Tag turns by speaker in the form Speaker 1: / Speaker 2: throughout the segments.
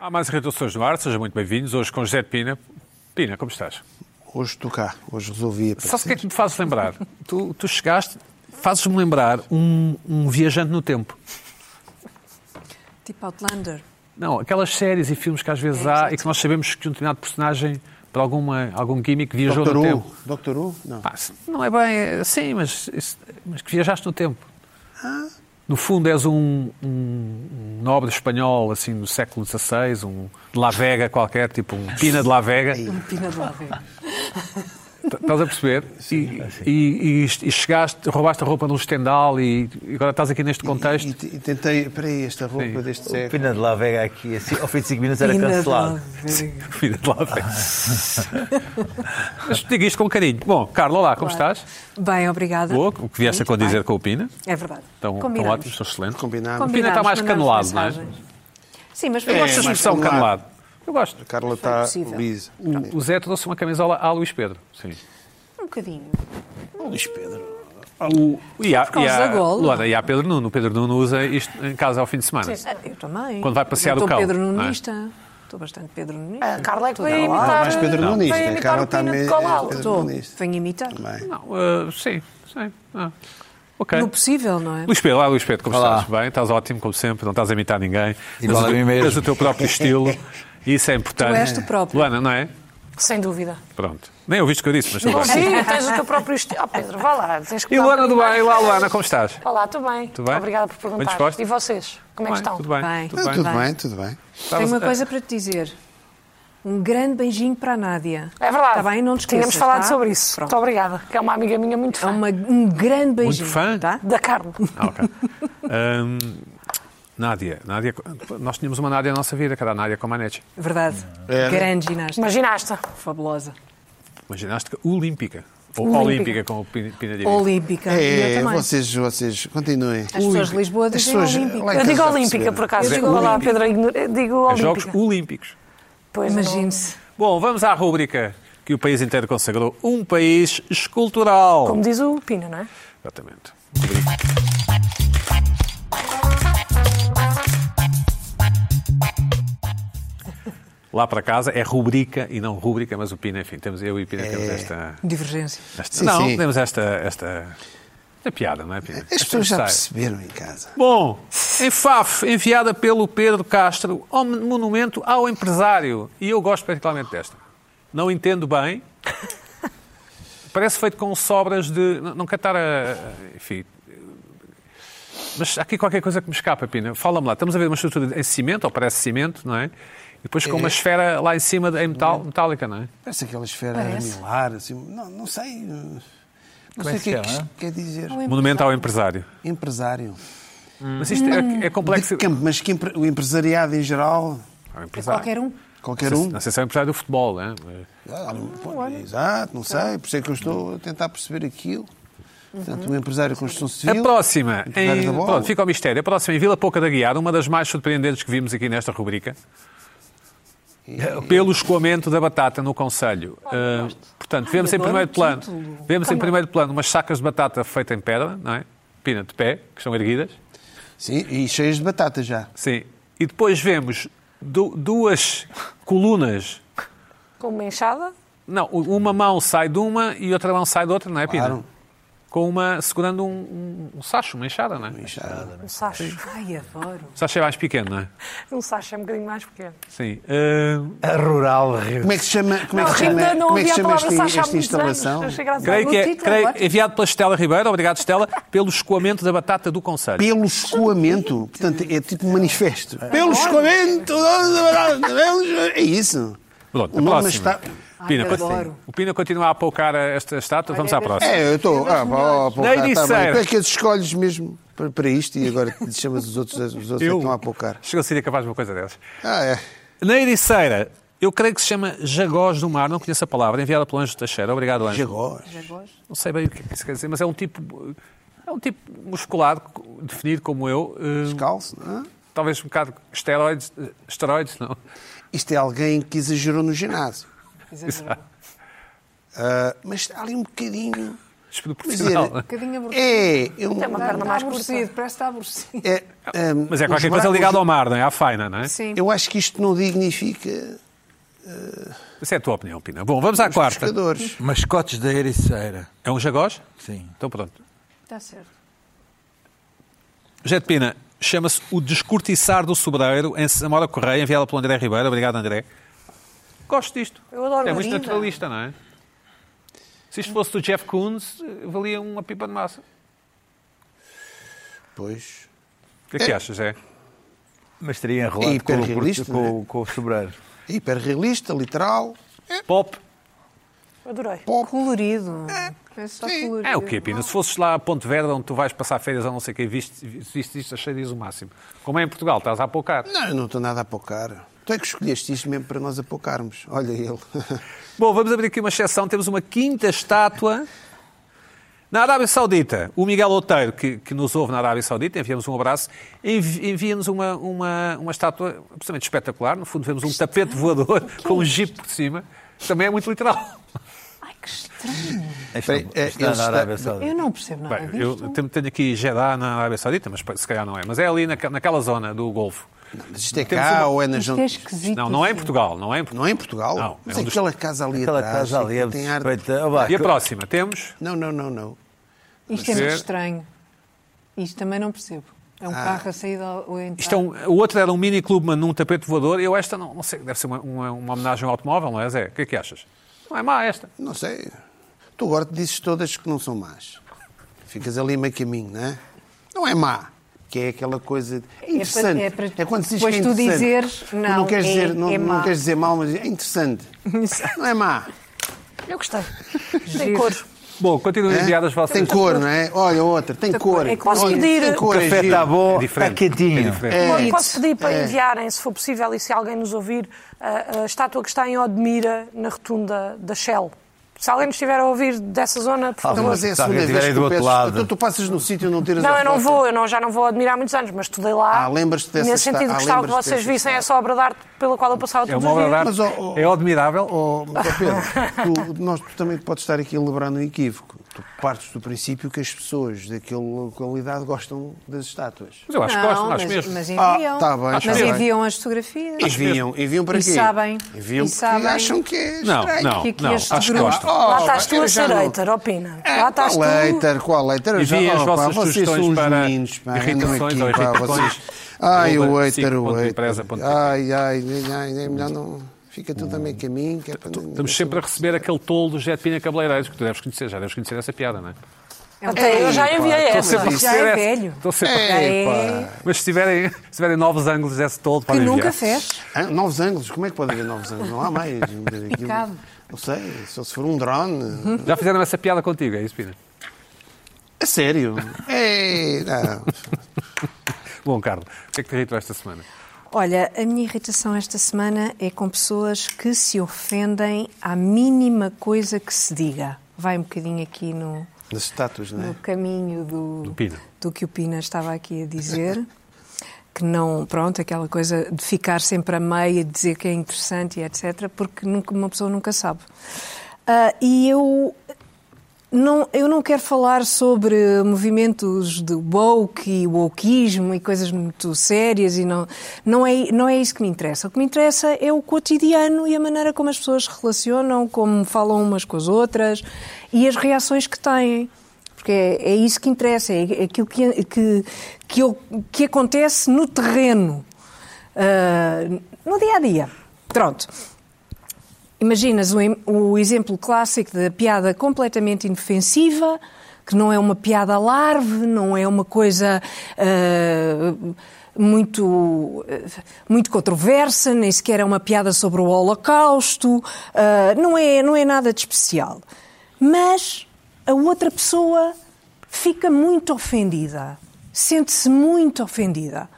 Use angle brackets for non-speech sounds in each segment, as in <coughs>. Speaker 1: Há mais reduções no ar, sejam muito bem-vindos. Hoje com José de Pina. Pina, como estás?
Speaker 2: Hoje estou cá, hoje resolvi aparecer.
Speaker 1: Sabe o que é que me fazes lembrar? tu, tu chegaste, fazes-me lembrar um, um viajante no tempo.
Speaker 3: Tipo Outlander.
Speaker 1: Não, aquelas séries e filmes que às
Speaker 2: É,
Speaker 1: vezes há e que nós sabemos que um determinado personagem, por alguma, algum gimmick, viajou
Speaker 2: Doctor
Speaker 1: no
Speaker 2: Who?
Speaker 1: tempo.
Speaker 2: Doctor Who? Não.
Speaker 1: Pá, se- não é bem é- sim, mas, isso- mas que viajaste no tempo.
Speaker 2: Ah.
Speaker 1: No fundo és um, um- um nobre espanhol, assim, do século XVI, um de La Vega qualquer, tipo um Pina de La Vega.
Speaker 3: Um pina de lava.
Speaker 1: T- Estás a perceber? E, e- e- e chegaste, roubaste a roupa num estendal e, e agora estás aqui neste contexto. <laughs>
Speaker 2: E, e tentei, peraí, esta roupa
Speaker 1: é um Sim.
Speaker 2: deste
Speaker 4: O
Speaker 2: século.
Speaker 4: Pina de La Vega aqui, assim, ao fim de 5 minutos <laughs> era
Speaker 3: Pina de
Speaker 4: cancelado.
Speaker 3: lava.
Speaker 1: Pina de La Vega. Mas digo isto com carinho. Bom, Carla, olá, como
Speaker 3: Claro.
Speaker 1: estás?
Speaker 3: Bem, obrigada.
Speaker 1: Boa, o que vieste a Então,
Speaker 3: Muito
Speaker 1: condizer
Speaker 3: bem.
Speaker 1: com o Pina.
Speaker 3: É verdade.
Speaker 1: Estão, estão
Speaker 5: Combinamos.
Speaker 1: ótimos, estão excelentes.
Speaker 2: Combinado.
Speaker 1: Pina está mais canelado, não é?
Speaker 5: Sim, mas
Speaker 1: Eu gosto da
Speaker 5: eu
Speaker 3: É
Speaker 5: gosto de
Speaker 1: expressão
Speaker 2: canelado.
Speaker 1: canelado. Eu gosto.
Speaker 2: A Carla está
Speaker 5: possível.
Speaker 2: lisa.
Speaker 1: O, o Zé trouxe uma camisola à Luís Pedro. Sim.
Speaker 5: um bocadinho.
Speaker 2: Luís Pedro.
Speaker 1: O, e há,
Speaker 3: causa da gola.
Speaker 1: Luana, e há Pedro Nuno. O Pedro Nuno usa isto em casa ao fim de semana.
Speaker 3: Ah, Eu também.
Speaker 1: Quando vai passear
Speaker 3: Eu
Speaker 1: o cão,
Speaker 3: Estou
Speaker 1: não é?
Speaker 3: Pedro Nunista. Estou bastante Pedro Nunista.
Speaker 5: A Carla é que
Speaker 3: Toda
Speaker 5: veio
Speaker 3: Ah, a
Speaker 5: imitar.
Speaker 2: mais Pedro Nunes,
Speaker 5: veio
Speaker 2: né?
Speaker 5: imitar
Speaker 2: Carla
Speaker 5: o
Speaker 2: está
Speaker 5: Pina de
Speaker 2: meio-
Speaker 5: Colau.
Speaker 2: Pedro
Speaker 3: Estou.
Speaker 2: Nunista.
Speaker 3: Venho imitar.
Speaker 2: Bem.
Speaker 1: Não, ah, sim, sim. ah, ok.
Speaker 3: No possível, não é?
Speaker 1: Luís Pedro, olá Luís Pedro, como
Speaker 4: Olá.
Speaker 1: estás? Bem, estás ótimo, como sempre, não estás a imitar ninguém. Tens
Speaker 4: Igual
Speaker 1: o-
Speaker 4: a mim mesmo.
Speaker 1: Tens o teu próprio
Speaker 4: <laughs>
Speaker 1: estilo e isso é importante.
Speaker 3: Tu és tu próprio.
Speaker 1: Luana, não é?
Speaker 5: Sem dúvida.
Speaker 1: Pronto. Nem ouviste o que eu disse, mas tudo bem.
Speaker 5: Sim, <laughs> tens o teu próprio estilo. Ah, Pedro, vá lá. Tens que
Speaker 1: E
Speaker 5: dar um
Speaker 1: Luana do
Speaker 5: bocadinho mais.
Speaker 1: bem, olá Luana, como estás?
Speaker 5: Olá, tudo bem?
Speaker 1: Tudo bem?
Speaker 5: Obrigada por
Speaker 1: Bem
Speaker 5: perguntar.
Speaker 1: disposta?
Speaker 5: e vocês? Como é que estão?
Speaker 1: Tudo bem,
Speaker 3: Bem.
Speaker 1: tudo
Speaker 2: Não,
Speaker 1: bem.
Speaker 2: Tudo bem, tudo bem.
Speaker 3: Tenho uma
Speaker 1: Estavas-
Speaker 3: coisa para te dizer. Um grande beijinho para a Nádia.
Speaker 5: É verdade.
Speaker 3: Está Tá bem? Não te esqueças,
Speaker 5: Tínhamos falado
Speaker 3: tá?
Speaker 5: sobre isso.
Speaker 3: Pronto.
Speaker 5: Muito obrigada. Que é uma amiga minha muito
Speaker 3: É
Speaker 5: fã.
Speaker 3: uma- um grande beijinho.
Speaker 1: fã?
Speaker 3: Tá?
Speaker 5: Da Carla.
Speaker 1: Ah, ok. Hum, Nádia, Nádia, nós tínhamos uma Nádia na nossa vida, que era a Nádia Comaneci,
Speaker 3: Verdade.
Speaker 2: Era.
Speaker 3: Grande ginasta.
Speaker 5: Uma ginasta.
Speaker 3: Fabulosa.
Speaker 1: uma ginástica olímpica. Ou
Speaker 5: Olímpica.
Speaker 1: olímpica, com o Pina Pina de Oliveira.
Speaker 3: Olímpica. E
Speaker 2: É,
Speaker 3: eu também.
Speaker 2: vocês, vocês, continuem.
Speaker 3: As pessoas de Lisboa
Speaker 2: As
Speaker 3: dizem "Ah,
Speaker 2: pessoas- lá em
Speaker 3: Olímpica.
Speaker 5: Eu
Speaker 2: casa
Speaker 5: digo
Speaker 2: já
Speaker 5: olímpica,
Speaker 2: perceberam.
Speaker 5: por acaso.
Speaker 1: É
Speaker 5: Digo lá,
Speaker 1: olímpica.
Speaker 5: Pedro, ignoro- digo
Speaker 1: É Jogos
Speaker 5: olímpica.
Speaker 1: Olímpicos.
Speaker 5: Pois não-
Speaker 3: Imagine-se.
Speaker 1: Bom, vamos à rúbrica que o país inteiro consagrou um país escultural.
Speaker 5: Como diz o Pina, não é?
Speaker 1: Exatamente. Lá para casa é rubrica e não rúbrica, mas o Pina, enfim, temos eu e o Pina temos esta.
Speaker 3: Divergência.
Speaker 1: esta-
Speaker 2: É. Sim,
Speaker 1: não,
Speaker 2: sim.
Speaker 1: temos esta, esta. esta piada, não é, Pina?
Speaker 2: As pessoas já
Speaker 1: Esta-
Speaker 2: perceberam em casa.
Speaker 1: Bom, em FAF, enviada pelo Pedro Castro, ao monumento ao empresário. E eu gosto particularmente desta. Não entendo bem. <laughs> Parece feito com sobras de. Não não quero estar a. Enfim. Mas há aqui qualquer coisa que me escapa, Pina. Fala-me lá. Estamos a ver uma estrutura em cimento, ou parece cimento, não é? E depois com uma esfera lá em cima de- em
Speaker 2: Hum.
Speaker 1: metal, metálica, não é?
Speaker 2: Parece aquela esfera
Speaker 3: Parece.
Speaker 2: milar, assim. Não, não sei. Não sei o
Speaker 4: é que
Speaker 2: que é que
Speaker 4: se chama?
Speaker 2: isto quer dizer.
Speaker 3: é.
Speaker 1: Monumento ao empresário.
Speaker 2: Empresário.
Speaker 1: Mas isto é, é complexo.
Speaker 2: Hum. De campo, mas que empre- o empresariado em geral,
Speaker 1: Ao empresário.
Speaker 3: Qualquer um.
Speaker 2: qualquer
Speaker 1: Não
Speaker 2: um.
Speaker 1: sei- Não sei se é o empresário do futebol, não é?
Speaker 2: Ah, não- pô, Exato,
Speaker 5: Tá.
Speaker 2: não sei, por isso é que eu estou a tentar perceber aquilo. Portanto, um empresário de construção
Speaker 1: A
Speaker 2: civil.
Speaker 1: próxima,
Speaker 2: empresário
Speaker 1: em,
Speaker 2: da bola.
Speaker 1: pronto, fica o mistério. A próxima em Vila Pouca da Guiar, uma das mais surpreendentes que vimos aqui nesta rubrica. Pelo escoamento da batata no Conselho. Ah, portanto, vemos em
Speaker 3: adoro
Speaker 1: primeiro
Speaker 3: o
Speaker 1: plano,
Speaker 3: título.
Speaker 1: vemos em primeiro plano umas sacas de batata feitas em pedra, não é? Pina de pé, que estão erguidas.
Speaker 2: Sim, e cheias de batata já.
Speaker 1: Sim. E depois vemos du- duas colunas.
Speaker 5: Com uma enxada.
Speaker 1: Não, u- uma mão sai de uma e outra mão sai de outra, não é, Pina?
Speaker 2: Claro.
Speaker 1: Com uma segurando um, um, um sacho, uma enxada, não é? Um
Speaker 5: Um sacho.
Speaker 3: Ai, adoro.
Speaker 1: sacho é mais pequeno, não é?
Speaker 5: Um sacho é um bocadinho mais pequeno.
Speaker 1: Sim. Ah,
Speaker 3: Tá
Speaker 4: A rural Rio.
Speaker 2: Como é que se chama, como é que
Speaker 5: Não,
Speaker 2: se chama,
Speaker 5: ainda não
Speaker 2: como é que
Speaker 5: ouvi
Speaker 2: se
Speaker 5: a
Speaker 2: chama
Speaker 5: palavra
Speaker 2: esta,
Speaker 5: sacho há
Speaker 2: esta
Speaker 5: muitos anos.
Speaker 2: instalação?
Speaker 5: Achei engraçado.
Speaker 1: Creio que
Speaker 3: No
Speaker 1: é
Speaker 3: título,
Speaker 1: creio-
Speaker 3: agora.
Speaker 1: enviado pela Estela Ribeiro, obrigado
Speaker 3: <laughs>
Speaker 1: Estela, pelo escoamento da batata do Conselho.
Speaker 2: Pelo escoamento. Portanto, é tipo um manifesto. Pelo escoamento. É isso.
Speaker 1: Pronto,
Speaker 2: O
Speaker 1: a
Speaker 2: nome
Speaker 1: próxima.
Speaker 2: está-
Speaker 1: Pina,
Speaker 3: Ai,
Speaker 1: continua.
Speaker 3: adoro.
Speaker 1: o Pina continua a apoucar esta estátua, vamos à
Speaker 3: <laughs>
Speaker 1: próxima.
Speaker 2: É, eu estou. Ah, pá, pá,
Speaker 1: Nem
Speaker 2: pá, tá
Speaker 1: disseram.
Speaker 2: bem. Tu é que escolhes mesmo para, para isto e agora chamas os outros, os outros é que estão a poucar.
Speaker 1: Chegou a ser capaz de uma coisa dessas.
Speaker 2: Ah, é.
Speaker 1: Na Ericeira, eu creio que se chama Jagós do Mar, não conheço a palavra, enviada pelo Anjo Teixeira. Obrigado, Anjo.
Speaker 2: Jagós.
Speaker 1: Não sei bem o que é que isso quer dizer, mas é um tipo. É um tipo musculado, definido como eu, eh,
Speaker 2: Descalço, não é?
Speaker 1: talvez um bocado esteroides, eh, esteroides, não?
Speaker 2: Isto é alguém que
Speaker 1: é
Speaker 2: exagerou no ginásio.
Speaker 3: Exagerado.
Speaker 2: Ah, mas há ali um bocadinho.
Speaker 1: Desproporcional.
Speaker 3: bocadinho aborrecido.
Speaker 2: É, eu,
Speaker 5: Tem uma perna
Speaker 3: Está
Speaker 5: mais curta.
Speaker 3: aborrecido, parece que está aborrecido.
Speaker 2: é, hum,
Speaker 1: Mas é qualquer
Speaker 2: os
Speaker 1: coisa
Speaker 2: barcos-
Speaker 1: ligada ao mar, não é? À faina, não é?
Speaker 3: Sim.
Speaker 2: Eu acho que isto não dignifica
Speaker 1: Essa é a tua opinião, Pina. Bom, vamos à
Speaker 2: os
Speaker 1: quarta.
Speaker 2: pescadores.
Speaker 6: Mascotes da Ericeira.
Speaker 1: É um jagós?
Speaker 6: Sim.
Speaker 1: Então pronto.
Speaker 3: Está certo.
Speaker 1: José de Pina, chama-se O Descortiçar do Sobreiro, em Samora Correia, enviada pelo André Ribeiro. Obrigado, André. Gosto disto.
Speaker 5: Eu adoro
Speaker 1: É muito
Speaker 5: Olinda.
Speaker 1: naturalista, não é? Se isto fosse do Jeff Koons, eh, valia uma pipa de massa.
Speaker 2: Pois.
Speaker 1: O que é que achas, é?
Speaker 4: Mas teria
Speaker 2: É
Speaker 4: enrolado com,
Speaker 2: hiperrealista,
Speaker 4: o,
Speaker 2: não é?
Speaker 4: com, o- com o sobreiro.
Speaker 2: É hiperrealista, literal,
Speaker 1: Pop.
Speaker 5: Adorei.
Speaker 2: pop.
Speaker 3: Colorido. É só
Speaker 2: Sim.
Speaker 3: colorido.
Speaker 1: É o quê, Pina? Se fosses lá a Ponte Verde, onde tu vais passar férias a não sei o quê, viste, viste isto, achei diz o máximo. Como é em Portugal, estás a poucar.
Speaker 2: Não, eu não estou nada a poucar. Tu é que escolheste isto mesmo para nós apocarmos. Olha ele. <laughs>
Speaker 1: Bom, vamos abrir aqui uma exceção. Temos uma quinta estátua na Arábia Saudita. O Miguel Oteiro, que, que nos ouve na Arábia Saudita, enviamos um abraço, envi- envia-nos uma, uma, uma estátua absolutamente espetacular. No fundo, vemos um tapete voador com um jipe por cima. Também é muito literal.
Speaker 3: Ai, que estranho.
Speaker 4: Está,
Speaker 2: Espera aí, é,
Speaker 4: está
Speaker 2: ele
Speaker 4: na
Speaker 2: está-
Speaker 4: Arábia Saudita.
Speaker 3: Eu não percebo nada
Speaker 1: Bem, eu
Speaker 3: disto.
Speaker 1: tenho, tenho aqui Jeddah na Arábia Saudita, mas se calhar não é. Mas é ali naque- naquela zona do Golfo.
Speaker 2: Mas isto é
Speaker 1: Temos
Speaker 2: cá
Speaker 1: uma-
Speaker 2: ou é na
Speaker 3: Isto
Speaker 2: Junta?
Speaker 3: é esquisito.
Speaker 1: Não, não é em
Speaker 3: assim.
Speaker 1: Portugal. Não é em Portugal.
Speaker 2: Não é em Portugal?
Speaker 1: Não,
Speaker 2: Mas
Speaker 1: é um
Speaker 2: é
Speaker 1: dos-
Speaker 2: aquela casa ali
Speaker 4: Aquela
Speaker 2: atrás.
Speaker 4: casa ali é
Speaker 2: assim, tem ar-
Speaker 4: perfeita. Ah, vá,
Speaker 1: E a
Speaker 4: que-
Speaker 1: próxima? Temos...
Speaker 2: Não, não, não, não.
Speaker 3: Isto é
Speaker 1: Ver.
Speaker 3: muito estranho. Isto também não percebo. É um
Speaker 2: Ah.
Speaker 3: carro a sair da ou a entrar.
Speaker 1: Isto é um- o outro era um mini clube, mas num tapete voador. Eu esta não, não sei, deve ser uma, uma, uma homenagem ao automóvel, não é, Zé? O que é que achas? Não é má esta.
Speaker 2: Não sei. Tu agora te dizes todas que não são más. Ficas ali meio caminho, não é? Não é má. Que é aquela coisa. de- É interessante.
Speaker 3: é
Speaker 2: É,
Speaker 3: para-
Speaker 2: quando se diz
Speaker 3: depois
Speaker 2: que é
Speaker 3: tu
Speaker 2: interessante.
Speaker 3: dizeres,
Speaker 2: Tu
Speaker 3: não,
Speaker 2: queres
Speaker 3: é-
Speaker 2: dizer, não,
Speaker 3: é
Speaker 2: não
Speaker 3: má.
Speaker 2: queres dizer mal, mas é interessante. não é má.
Speaker 5: Eu gostei. Tem cor.
Speaker 1: Bom, continuem a enviar as vossas.
Speaker 2: É? Tem cor, não é? Olha, outra. Tem cor.
Speaker 3: É que posso
Speaker 2: Olha,
Speaker 5: pedir.
Speaker 2: Tem
Speaker 4: O
Speaker 2: cor, é
Speaker 4: café
Speaker 2: giro.
Speaker 4: está bom,
Speaker 1: É diferente.
Speaker 4: está
Speaker 2: tá
Speaker 4: quentinho.
Speaker 1: É diferente.
Speaker 5: Posso-
Speaker 2: É.
Speaker 5: Posso pedir para
Speaker 2: É.
Speaker 5: enviarem, se for possível, e se alguém nos ouvir, a, a estátua que está em Odmira, na rotunda da Shell. Se alguém nos estiver a ouvir dessa zona, por
Speaker 2: Então,
Speaker 5: favor.
Speaker 2: mas é a
Speaker 4: Se alguém
Speaker 2: segunda
Speaker 4: tiver
Speaker 2: vez
Speaker 4: aí
Speaker 2: que
Speaker 4: do
Speaker 2: eu
Speaker 4: outro
Speaker 2: peço.
Speaker 4: lado.
Speaker 2: Então tu passas no sítio e não tiras
Speaker 5: Não,
Speaker 2: a
Speaker 5: eu não
Speaker 2: foto.
Speaker 5: vou, eu não, já não vou admirar há muitos anos, mas estudei lá.
Speaker 2: Ah, lembras-te dessa
Speaker 5: Nesse sentido,
Speaker 2: esta- ah,
Speaker 5: gostava que
Speaker 2: lembras-te
Speaker 5: vocês
Speaker 2: dessa
Speaker 5: vissem essa obra de arte pela qual eu passava
Speaker 1: É
Speaker 5: todos
Speaker 1: uma
Speaker 5: os
Speaker 1: obra de
Speaker 5: dias.
Speaker 1: arte.
Speaker 2: Mas, ó, ó-
Speaker 1: É admirável.
Speaker 2: Oh, mas, ó Pedro, tu, nós, tu também podes estar aqui a lebrar no equívoco. Tu partes do princípio que as pessoas daquela localidade gostam das estátuas.
Speaker 1: Mas eu acho que
Speaker 3: Não,
Speaker 1: gosto, não
Speaker 3: mas,
Speaker 1: acho mesmo.
Speaker 3: mas
Speaker 2: Ah,
Speaker 3: enviam.
Speaker 2: tá bem,
Speaker 3: mas
Speaker 2: tá bem.
Speaker 3: enviam as fotografias.
Speaker 2: Enviam, enviam para
Speaker 3: E
Speaker 2: quê?
Speaker 3: sabem.
Speaker 2: Enviam
Speaker 3: E
Speaker 2: porque
Speaker 3: sabem.
Speaker 2: acham que é
Speaker 1: Não,
Speaker 2: estranho.
Speaker 1: não,
Speaker 3: que aqui
Speaker 1: não.
Speaker 3: este
Speaker 1: Acho que
Speaker 3: grupo-
Speaker 1: gosto.
Speaker 5: Lá estás tu
Speaker 2: Oh, eu
Speaker 5: a
Speaker 2: já
Speaker 5: ser
Speaker 2: não-
Speaker 5: hater, opina.
Speaker 2: É,
Speaker 5: Lá estás
Speaker 2: qual
Speaker 5: tu.
Speaker 2: hater, qual hater? Eu já-
Speaker 1: Enviem as
Speaker 2: oh, pá,
Speaker 1: vossas
Speaker 2: vocês
Speaker 1: sugestões
Speaker 2: são uns
Speaker 1: para
Speaker 2: meninos, pá, andam
Speaker 1: irritações ou
Speaker 2: aqui, pá,
Speaker 1: irritações,
Speaker 2: vocês- Ai, o
Speaker 1: arroba
Speaker 2: hater, o hater.
Speaker 1: cinco.empresa.pt.
Speaker 2: Ai, ai, ai, ai, é melhor não... Fica tudo a
Speaker 1: Hum.
Speaker 2: meio caminho. que é para-
Speaker 1: Estamos sempre a receber aquele tolo do Jet Pina Cabeleireiros, que tu deves conhecer, já deves conhecer essa piada, não é?
Speaker 3: É um
Speaker 5: Até eu já
Speaker 2: Ei,
Speaker 5: enviei
Speaker 2: pá,
Speaker 5: essa.
Speaker 1: Sempre a
Speaker 3: já
Speaker 1: receber
Speaker 3: é
Speaker 1: essa-
Speaker 3: velho.
Speaker 1: Estou sempre a-
Speaker 2: Ei, pá.
Speaker 1: Mas se tiverem, se tiverem novos ângulos desse tolo,
Speaker 3: que
Speaker 1: podem
Speaker 3: nunca
Speaker 1: enviar.
Speaker 3: fez.
Speaker 2: Hã? Novos ângulos? Como é que pode haver novos ângulos? Não há mais. Aquilo-
Speaker 3: Picado.
Speaker 2: Não sei, só se for um drone.
Speaker 1: Já fizeram essa piada contigo, é isso, Pina?
Speaker 2: A sério? É, não.
Speaker 1: Bom, Carlos, o que é que te irritou esta semana?
Speaker 3: Olha, a minha irritação esta semana é com pessoas que se ofendem à mínima coisa que se diga. Vai um bocadinho aqui no,
Speaker 2: Nas estátuas, não
Speaker 3: no
Speaker 2: é?
Speaker 3: caminho do,
Speaker 1: Do Pina.
Speaker 3: do que o Pina estava aqui a dizer. <laughs> Que não, pronto, aquela coisa de ficar sempre a meio, e dizer que é interessante e etc., porque nunca, uma pessoa nunca sabe. Ah, e eu não, eu não quero falar sobre movimentos de woke e wokeismo e coisas muito sérias e não, não, é, não é isso que me interessa. O que me interessa é o cotidiano e a maneira como as pessoas se relacionam, como falam umas com as outras e as reações que têm. Porque é, é isso que interessa, é aquilo que, que, que, eu- que acontece no terreno, ah, no dia a dia. Pronto. Imaginas o, em- o exemplo clássico da piada completamente inofensiva, que não é uma piada larve, não é uma coisa ah, muito, ah, muito controversa, nem sequer é uma piada sobre o Holocausto, ah, não, é, não é nada de especial. Mas a outra pessoa fica muito ofendida, sente-se muito ofendida.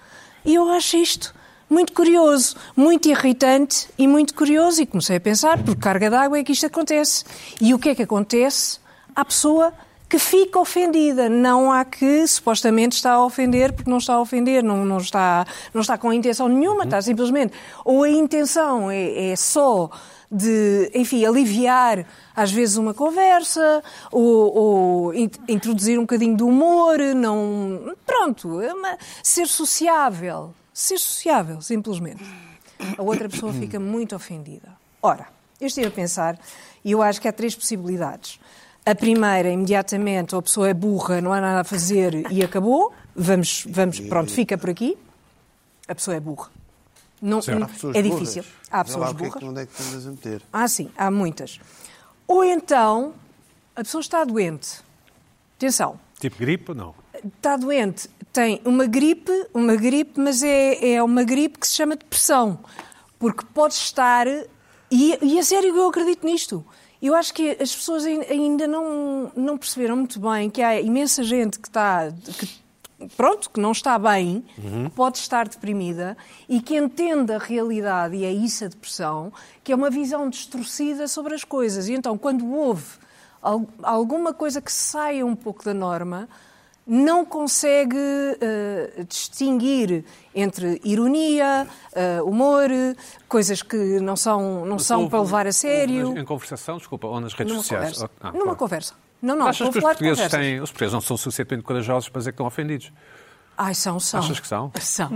Speaker 3: E eu acho isto muito curioso, muito irritante e muito curioso. E comecei a pensar, por carga d'água é que isto acontece. E o que é que acontece à pessoa que fica ofendida. Não há que supostamente está a ofender porque não está a ofender, não, não, está, não está com intenção nenhuma, está simplesmente. Ou a intenção é, é só de, enfim, aliviar às vezes uma conversa ou, ou in- introduzir um bocadinho de humor, não. Pronto, é uma- ser sociável. Ser sociável, simplesmente. A outra pessoa fica muito ofendida. Ora, eu estive a pensar e eu acho que há três possibilidades. A primeira, imediatamente, a pessoa é burra, não há nada a fazer e acabou. Vamos, vamos, pronto, fica por aqui. A pessoa é burra. Não,
Speaker 2: Há pessoas
Speaker 3: é
Speaker 2: burras.
Speaker 3: difícil. Há
Speaker 2: Vê lá
Speaker 3: pessoas
Speaker 2: o que é
Speaker 3: burras.
Speaker 2: que, onde é que te andas a meter?
Speaker 3: Ah, sim, há muitas. Ou então, a pessoa está doente. Atenção,
Speaker 1: Tipo gripe, não.
Speaker 3: está doente, tem uma gripe, uma gripe, mas é, é uma gripe que se chama depressão. Porque pode estar. E, e a sério, eu acredito nisto. Eu acho que as pessoas ai- ainda não, não perceberam muito bem que há imensa gente que está. que pronto, que não está bem, que pode estar deprimida e que entende a realidade, e é isso a depressão, que é uma visão distorcida sobre as coisas. E então, quando houve al- alguma coisa que saia um pouco da norma, não consegue eh, distinguir entre ironia, eh, humor, coisas que não são, não são
Speaker 1: Houve-
Speaker 3: para levar a sério.
Speaker 1: Em conversação, desculpa, ou nas redes
Speaker 3: Numa
Speaker 1: sociais.
Speaker 3: conversa.
Speaker 1: Ah,
Speaker 3: Numa
Speaker 1: claro.
Speaker 3: conversa. Não, não,
Speaker 1: Achas
Speaker 3: estou
Speaker 1: que
Speaker 3: a
Speaker 1: os
Speaker 3: falar de
Speaker 1: portugueses,
Speaker 3: conversas.
Speaker 1: têm, os portugueses não são suficientemente corajosos para dizer que estão ofendidos?
Speaker 3: Tá. Ai, são, são.
Speaker 1: Achas que são? Hum.
Speaker 3: São.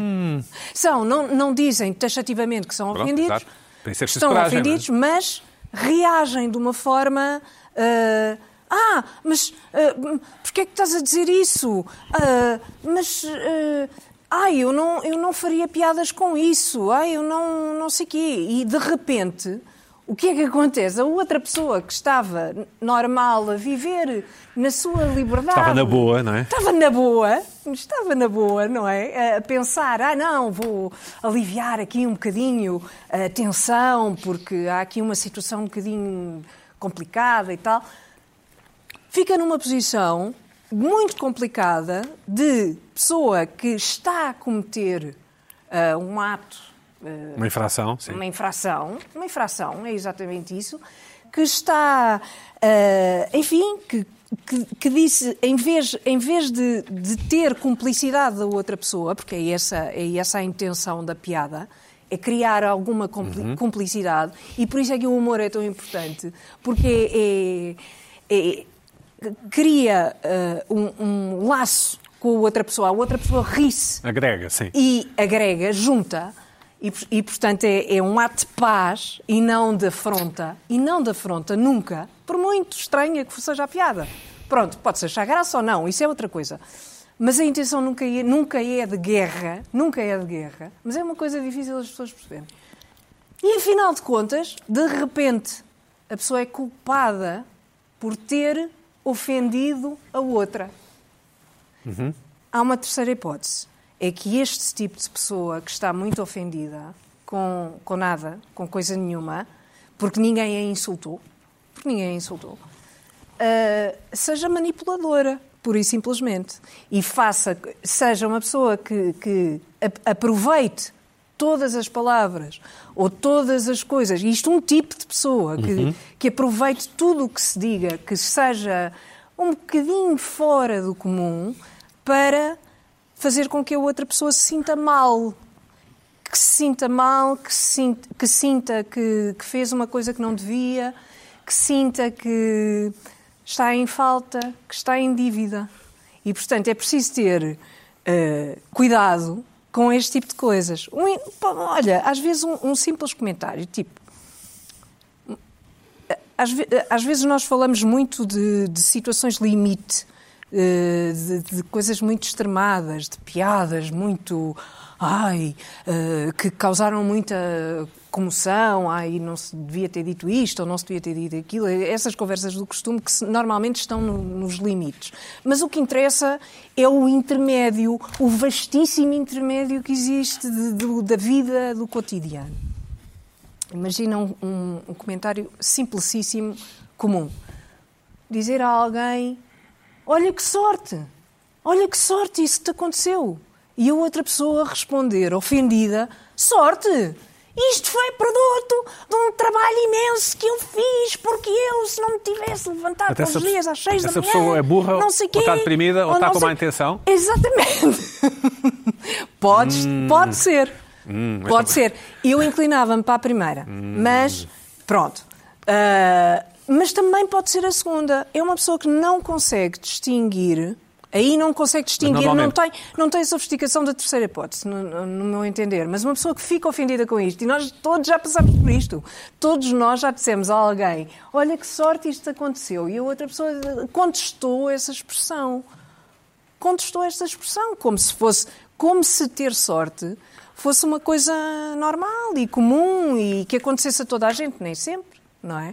Speaker 3: São. Não, não dizem taxativamente que são
Speaker 1: Pronto,
Speaker 3: ofendidos.
Speaker 1: exato. Tem que ser preciso
Speaker 3: estão
Speaker 1: coragem, é?
Speaker 3: ofendidos, mas reagem de uma forma. ah, ah, mas ah, porquê é que estás a dizer isso? Ah, mas. ah, ai, eu não, eu não faria piadas com isso. Ai, eu não, não sei quê. E de repente. O que é que acontece? A outra pessoa que estava normal a viver na sua liberdade.
Speaker 1: Estava na boa, não é?
Speaker 3: Estava na boa, estava na boa, não é? A pensar, ah não, vou aliviar aqui um bocadinho a tensão, porque há aqui uma situação um bocadinho complicada e tal. Fica numa posição muito complicada de pessoa que está a cometer ah, um ato ah,
Speaker 1: Uma infração, sim.
Speaker 3: uma infração, uma infração, é exatamente isso, que está, eh, enfim, que, que, que disse, em vez, em vez de, de ter cumplicidade da outra pessoa, porque é essa, é essa a intenção da piada, é criar alguma compli- cumplicidade, e por isso é que o humor é tão importante, porque é- é- é- cria eh, um, um laço com a outra pessoa, a outra pessoa ri-se
Speaker 1: Agrega, sim.
Speaker 3: e agrega, junta, e, por- e, portanto é, é um ato de paz e não de afronta, e não de afronta nunca, por muito estranha que seja a piada. Pronto, pode-se achar graça ou não, isso é outra coisa. Mas a intenção nunca é, nunca é de guerra, nunca é de guerra, mas é uma coisa difícil as pessoas perceberem. E afinal de contas, de repente, a pessoa é culpada por ter ofendido a outra. Há uma terceira hipótese. É que este tipo de pessoa que está muito ofendida com, com nada, com coisa nenhuma, porque ninguém a insultou, porque ninguém a insultou, ah, seja manipuladora, pura e simplesmente. E faça, seja uma pessoa que, que a- aproveite todas as palavras ou todas as coisas. Isto é um tipo de pessoa que, que aproveite tudo o que se diga, que seja um bocadinho fora do comum para fazer com que a outra pessoa se sinta mal. Que se sinta mal, que se sinta que, sinta que, que fez uma coisa que não devia, que sinta que está em falta, que está em dívida. E, portanto, é preciso ter eh, cuidado com este tipo de coisas. Um in- pá, olha, às vezes um- um simples comentário, tipo, às, ve- às vezes nós falamos muito de, de situações limite, eh, de, de coisas muito extremadas, de piadas muito. Ai, eh, que causaram muita comoção, ai, não se devia ter dito isto ou não se devia ter dito aquilo. eh, Essas conversas do costume que se- normalmente estão no- nos limites. Mas o que interessa é o intermédio, o vastíssimo intermédio que existe de- do- da vida do cotidiano. Imagina um, um- um comentário simplicíssimo, comum. Dizer a alguém: Olha que sorte! Olha que sorte isso te aconteceu! E a outra pessoa responder, ofendida: Sorte!
Speaker 7: Isto foi produto de um trabalho imenso que eu fiz, porque eu, se não me tivesse levantado
Speaker 1: Até
Speaker 7: todos os
Speaker 1: essa-
Speaker 7: dias às seis da
Speaker 1: essa
Speaker 7: manhã...
Speaker 1: pessoa é burra,
Speaker 7: não sei
Speaker 1: ou está
Speaker 7: quê,
Speaker 1: deprimida, ou
Speaker 7: ou
Speaker 1: está
Speaker 7: não
Speaker 1: com má
Speaker 7: sei-
Speaker 1: intenção?
Speaker 3: Exatamente. <laughs> Podes, Pode ser. pode ser. Eu inclinava-me para a primeira, mas pronto. Ah, mas também pode ser a segunda. É uma pessoa que não consegue distinguir. Aí não consegue distinguir, não
Speaker 1: normalmente-
Speaker 3: tem, não tem a sofisticação da terceira hipótese, no, no- no meu entender. Mas uma pessoa que fica ofendida com isto, e nós todos já passámos por isto, todos nós já dissemos a alguém: olha que sorte isto aconteceu, e a outra pessoa contestou essa expressão contestou esta expressão, como se fosse, como se ter sorte fosse uma coisa normal e comum e que acontecesse a toda a gente, nem sempre, não é?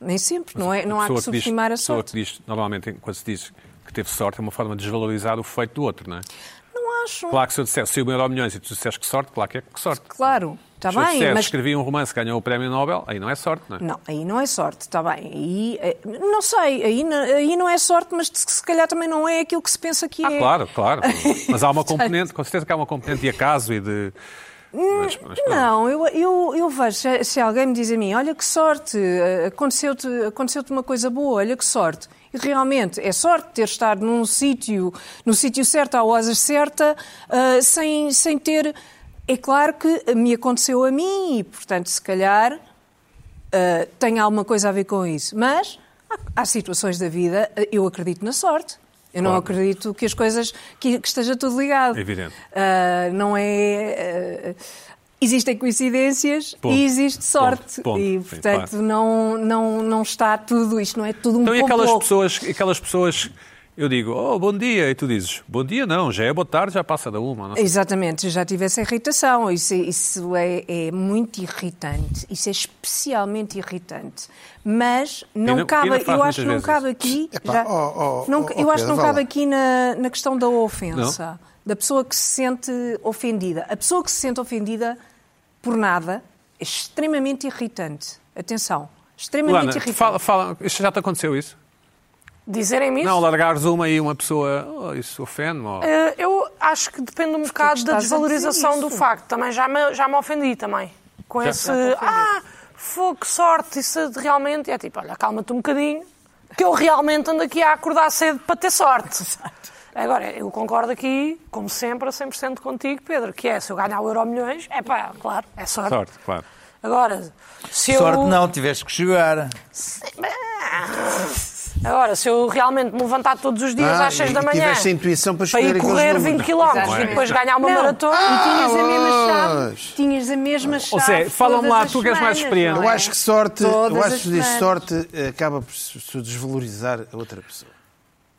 Speaker 3: Nem sempre, não, é, não há que
Speaker 1: diz-
Speaker 3: subestimar a
Speaker 1: pessoa
Speaker 3: sorte.
Speaker 1: que diz, normalmente, quando se diz que teve sorte, é uma forma de desvalorizar o feito do outro, não é?
Speaker 3: Não acho.
Speaker 1: Claro que se eu dissesse, saiu um euro milhões e tu disseste que sorte, claro que é que sorte.
Speaker 3: Claro, está
Speaker 1: se eu
Speaker 3: Tá bem,
Speaker 1: dissesse,
Speaker 3: mas
Speaker 1: escrevi um romance, ganhou o prémio Nobel, aí não é sorte, não é?
Speaker 3: Não, aí não é sorte, está bem. Aí, eh, não sei, aí, na- aí não é sorte, mas se se calhar também não é aquilo que se pensa que
Speaker 1: Ah,
Speaker 3: é.
Speaker 1: claro,
Speaker 3: <laughs>
Speaker 1: claro. Mas há uma componente, com certeza que há uma componente de acaso e de. Mas- mas pronto.
Speaker 3: Hum, Não, eu, eu, eu vejo, se- se alguém me diz a mim, olha que sorte, eh, aconteceu-te aconteceu uma coisa boa, olha que sorte. E realmente, é sorte ter estado num sítio, no sítio certo, à hora certa, ah, sem, sem ter... É claro que me aconteceu a mim e, portanto, se calhar ah, tem alguma coisa a ver com isso. Mas há, há situações da vida, ah, eu acredito na sorte. Eu não
Speaker 1: Claro.
Speaker 3: acredito que as coisas, que, que esteja tudo ligado.
Speaker 1: Evidente.
Speaker 3: Ah, não é. ah, existem coincidências
Speaker 1: Ponto.
Speaker 3: e existe sorte.
Speaker 1: Ponto, ponto.
Speaker 3: E,
Speaker 1: Sim,
Speaker 3: portanto,
Speaker 1: claro.
Speaker 3: não, não, não está tudo. Isto não é tudo um
Speaker 1: Então, e
Speaker 3: complô.
Speaker 1: aquelas pessoas, aquelas pessoas, eu digo, oh, bom dia, e tu dizes, bom dia não, já é boa tarde, já passa da uma. Não sei.
Speaker 3: Exatamente, eu já tive essa irritação. Isso, isso é, é muito irritante. Isso é especialmente irritante. Mas não,
Speaker 1: E não-
Speaker 3: cabe,
Speaker 1: e não faz
Speaker 3: eu acho que não
Speaker 1: muitas
Speaker 3: cabe aqui.
Speaker 2: Epá,
Speaker 3: já-
Speaker 2: ó, ó,
Speaker 3: não-
Speaker 2: ó,
Speaker 3: eu acho
Speaker 2: Pedro,
Speaker 3: que não
Speaker 2: vá
Speaker 3: cabe
Speaker 2: lá.
Speaker 3: aqui na, na questão da ofensa, da pessoa que se sente ofendida. A pessoa que se sente ofendida por nada é extremamente irritante. Atenção, extremamente
Speaker 1: Lana,
Speaker 3: irritante.
Speaker 1: fala, fala, isto já te aconteceu isso?
Speaker 5: Dizerem-me isso?
Speaker 1: Não, largares uma e uma pessoa, oh, isso ofende-me. ó.
Speaker 5: Eh, Eu acho que depende um bocado da
Speaker 3: estás a dizer
Speaker 5: desvalorização do
Speaker 3: isso.
Speaker 5: facto. Também já me, já me ofendi também. Com esse. ah, foi que sorte, isso de realmente. É tipo, olha, calma-te um bocadinho, que eu realmente ando aqui a acordar cedo para
Speaker 3: <laughs>
Speaker 5: ter sorte. Agora, eu concordo aqui, como sempre, a 100% contigo, Pedro, que é se eu ganhar o euro milhões, é pá, claro, é sorte.
Speaker 1: Sorte, claro.
Speaker 5: Agora, se eu. Ah!
Speaker 4: Sorte não, tiveste que chegar.
Speaker 5: Agora, se eu realmente me levantar todos os dias
Speaker 2: Ah,
Speaker 5: às 6
Speaker 2: e
Speaker 5: da manhã.
Speaker 2: tiveste a intuição para
Speaker 5: para
Speaker 2: escolher
Speaker 5: ir
Speaker 2: aqueles
Speaker 5: correr 20
Speaker 2: números.
Speaker 5: km e depois ganhar uma
Speaker 3: Não.
Speaker 5: maratona.
Speaker 3: E tinhas a mesma chave.
Speaker 2: pois.
Speaker 3: Tinhas a mesma chave.
Speaker 1: Zé, fala-me
Speaker 3: todas
Speaker 1: lá,
Speaker 3: as
Speaker 1: tu que és mais
Speaker 3: semanas,
Speaker 1: experiente.
Speaker 3: não
Speaker 2: Eu
Speaker 3: é?
Speaker 2: acho que sorte, eu
Speaker 3: Todas
Speaker 2: acho
Speaker 3: as
Speaker 2: que diz
Speaker 3: semanas.
Speaker 2: sorte eh, acaba por se se desvalorizar a outra pessoa.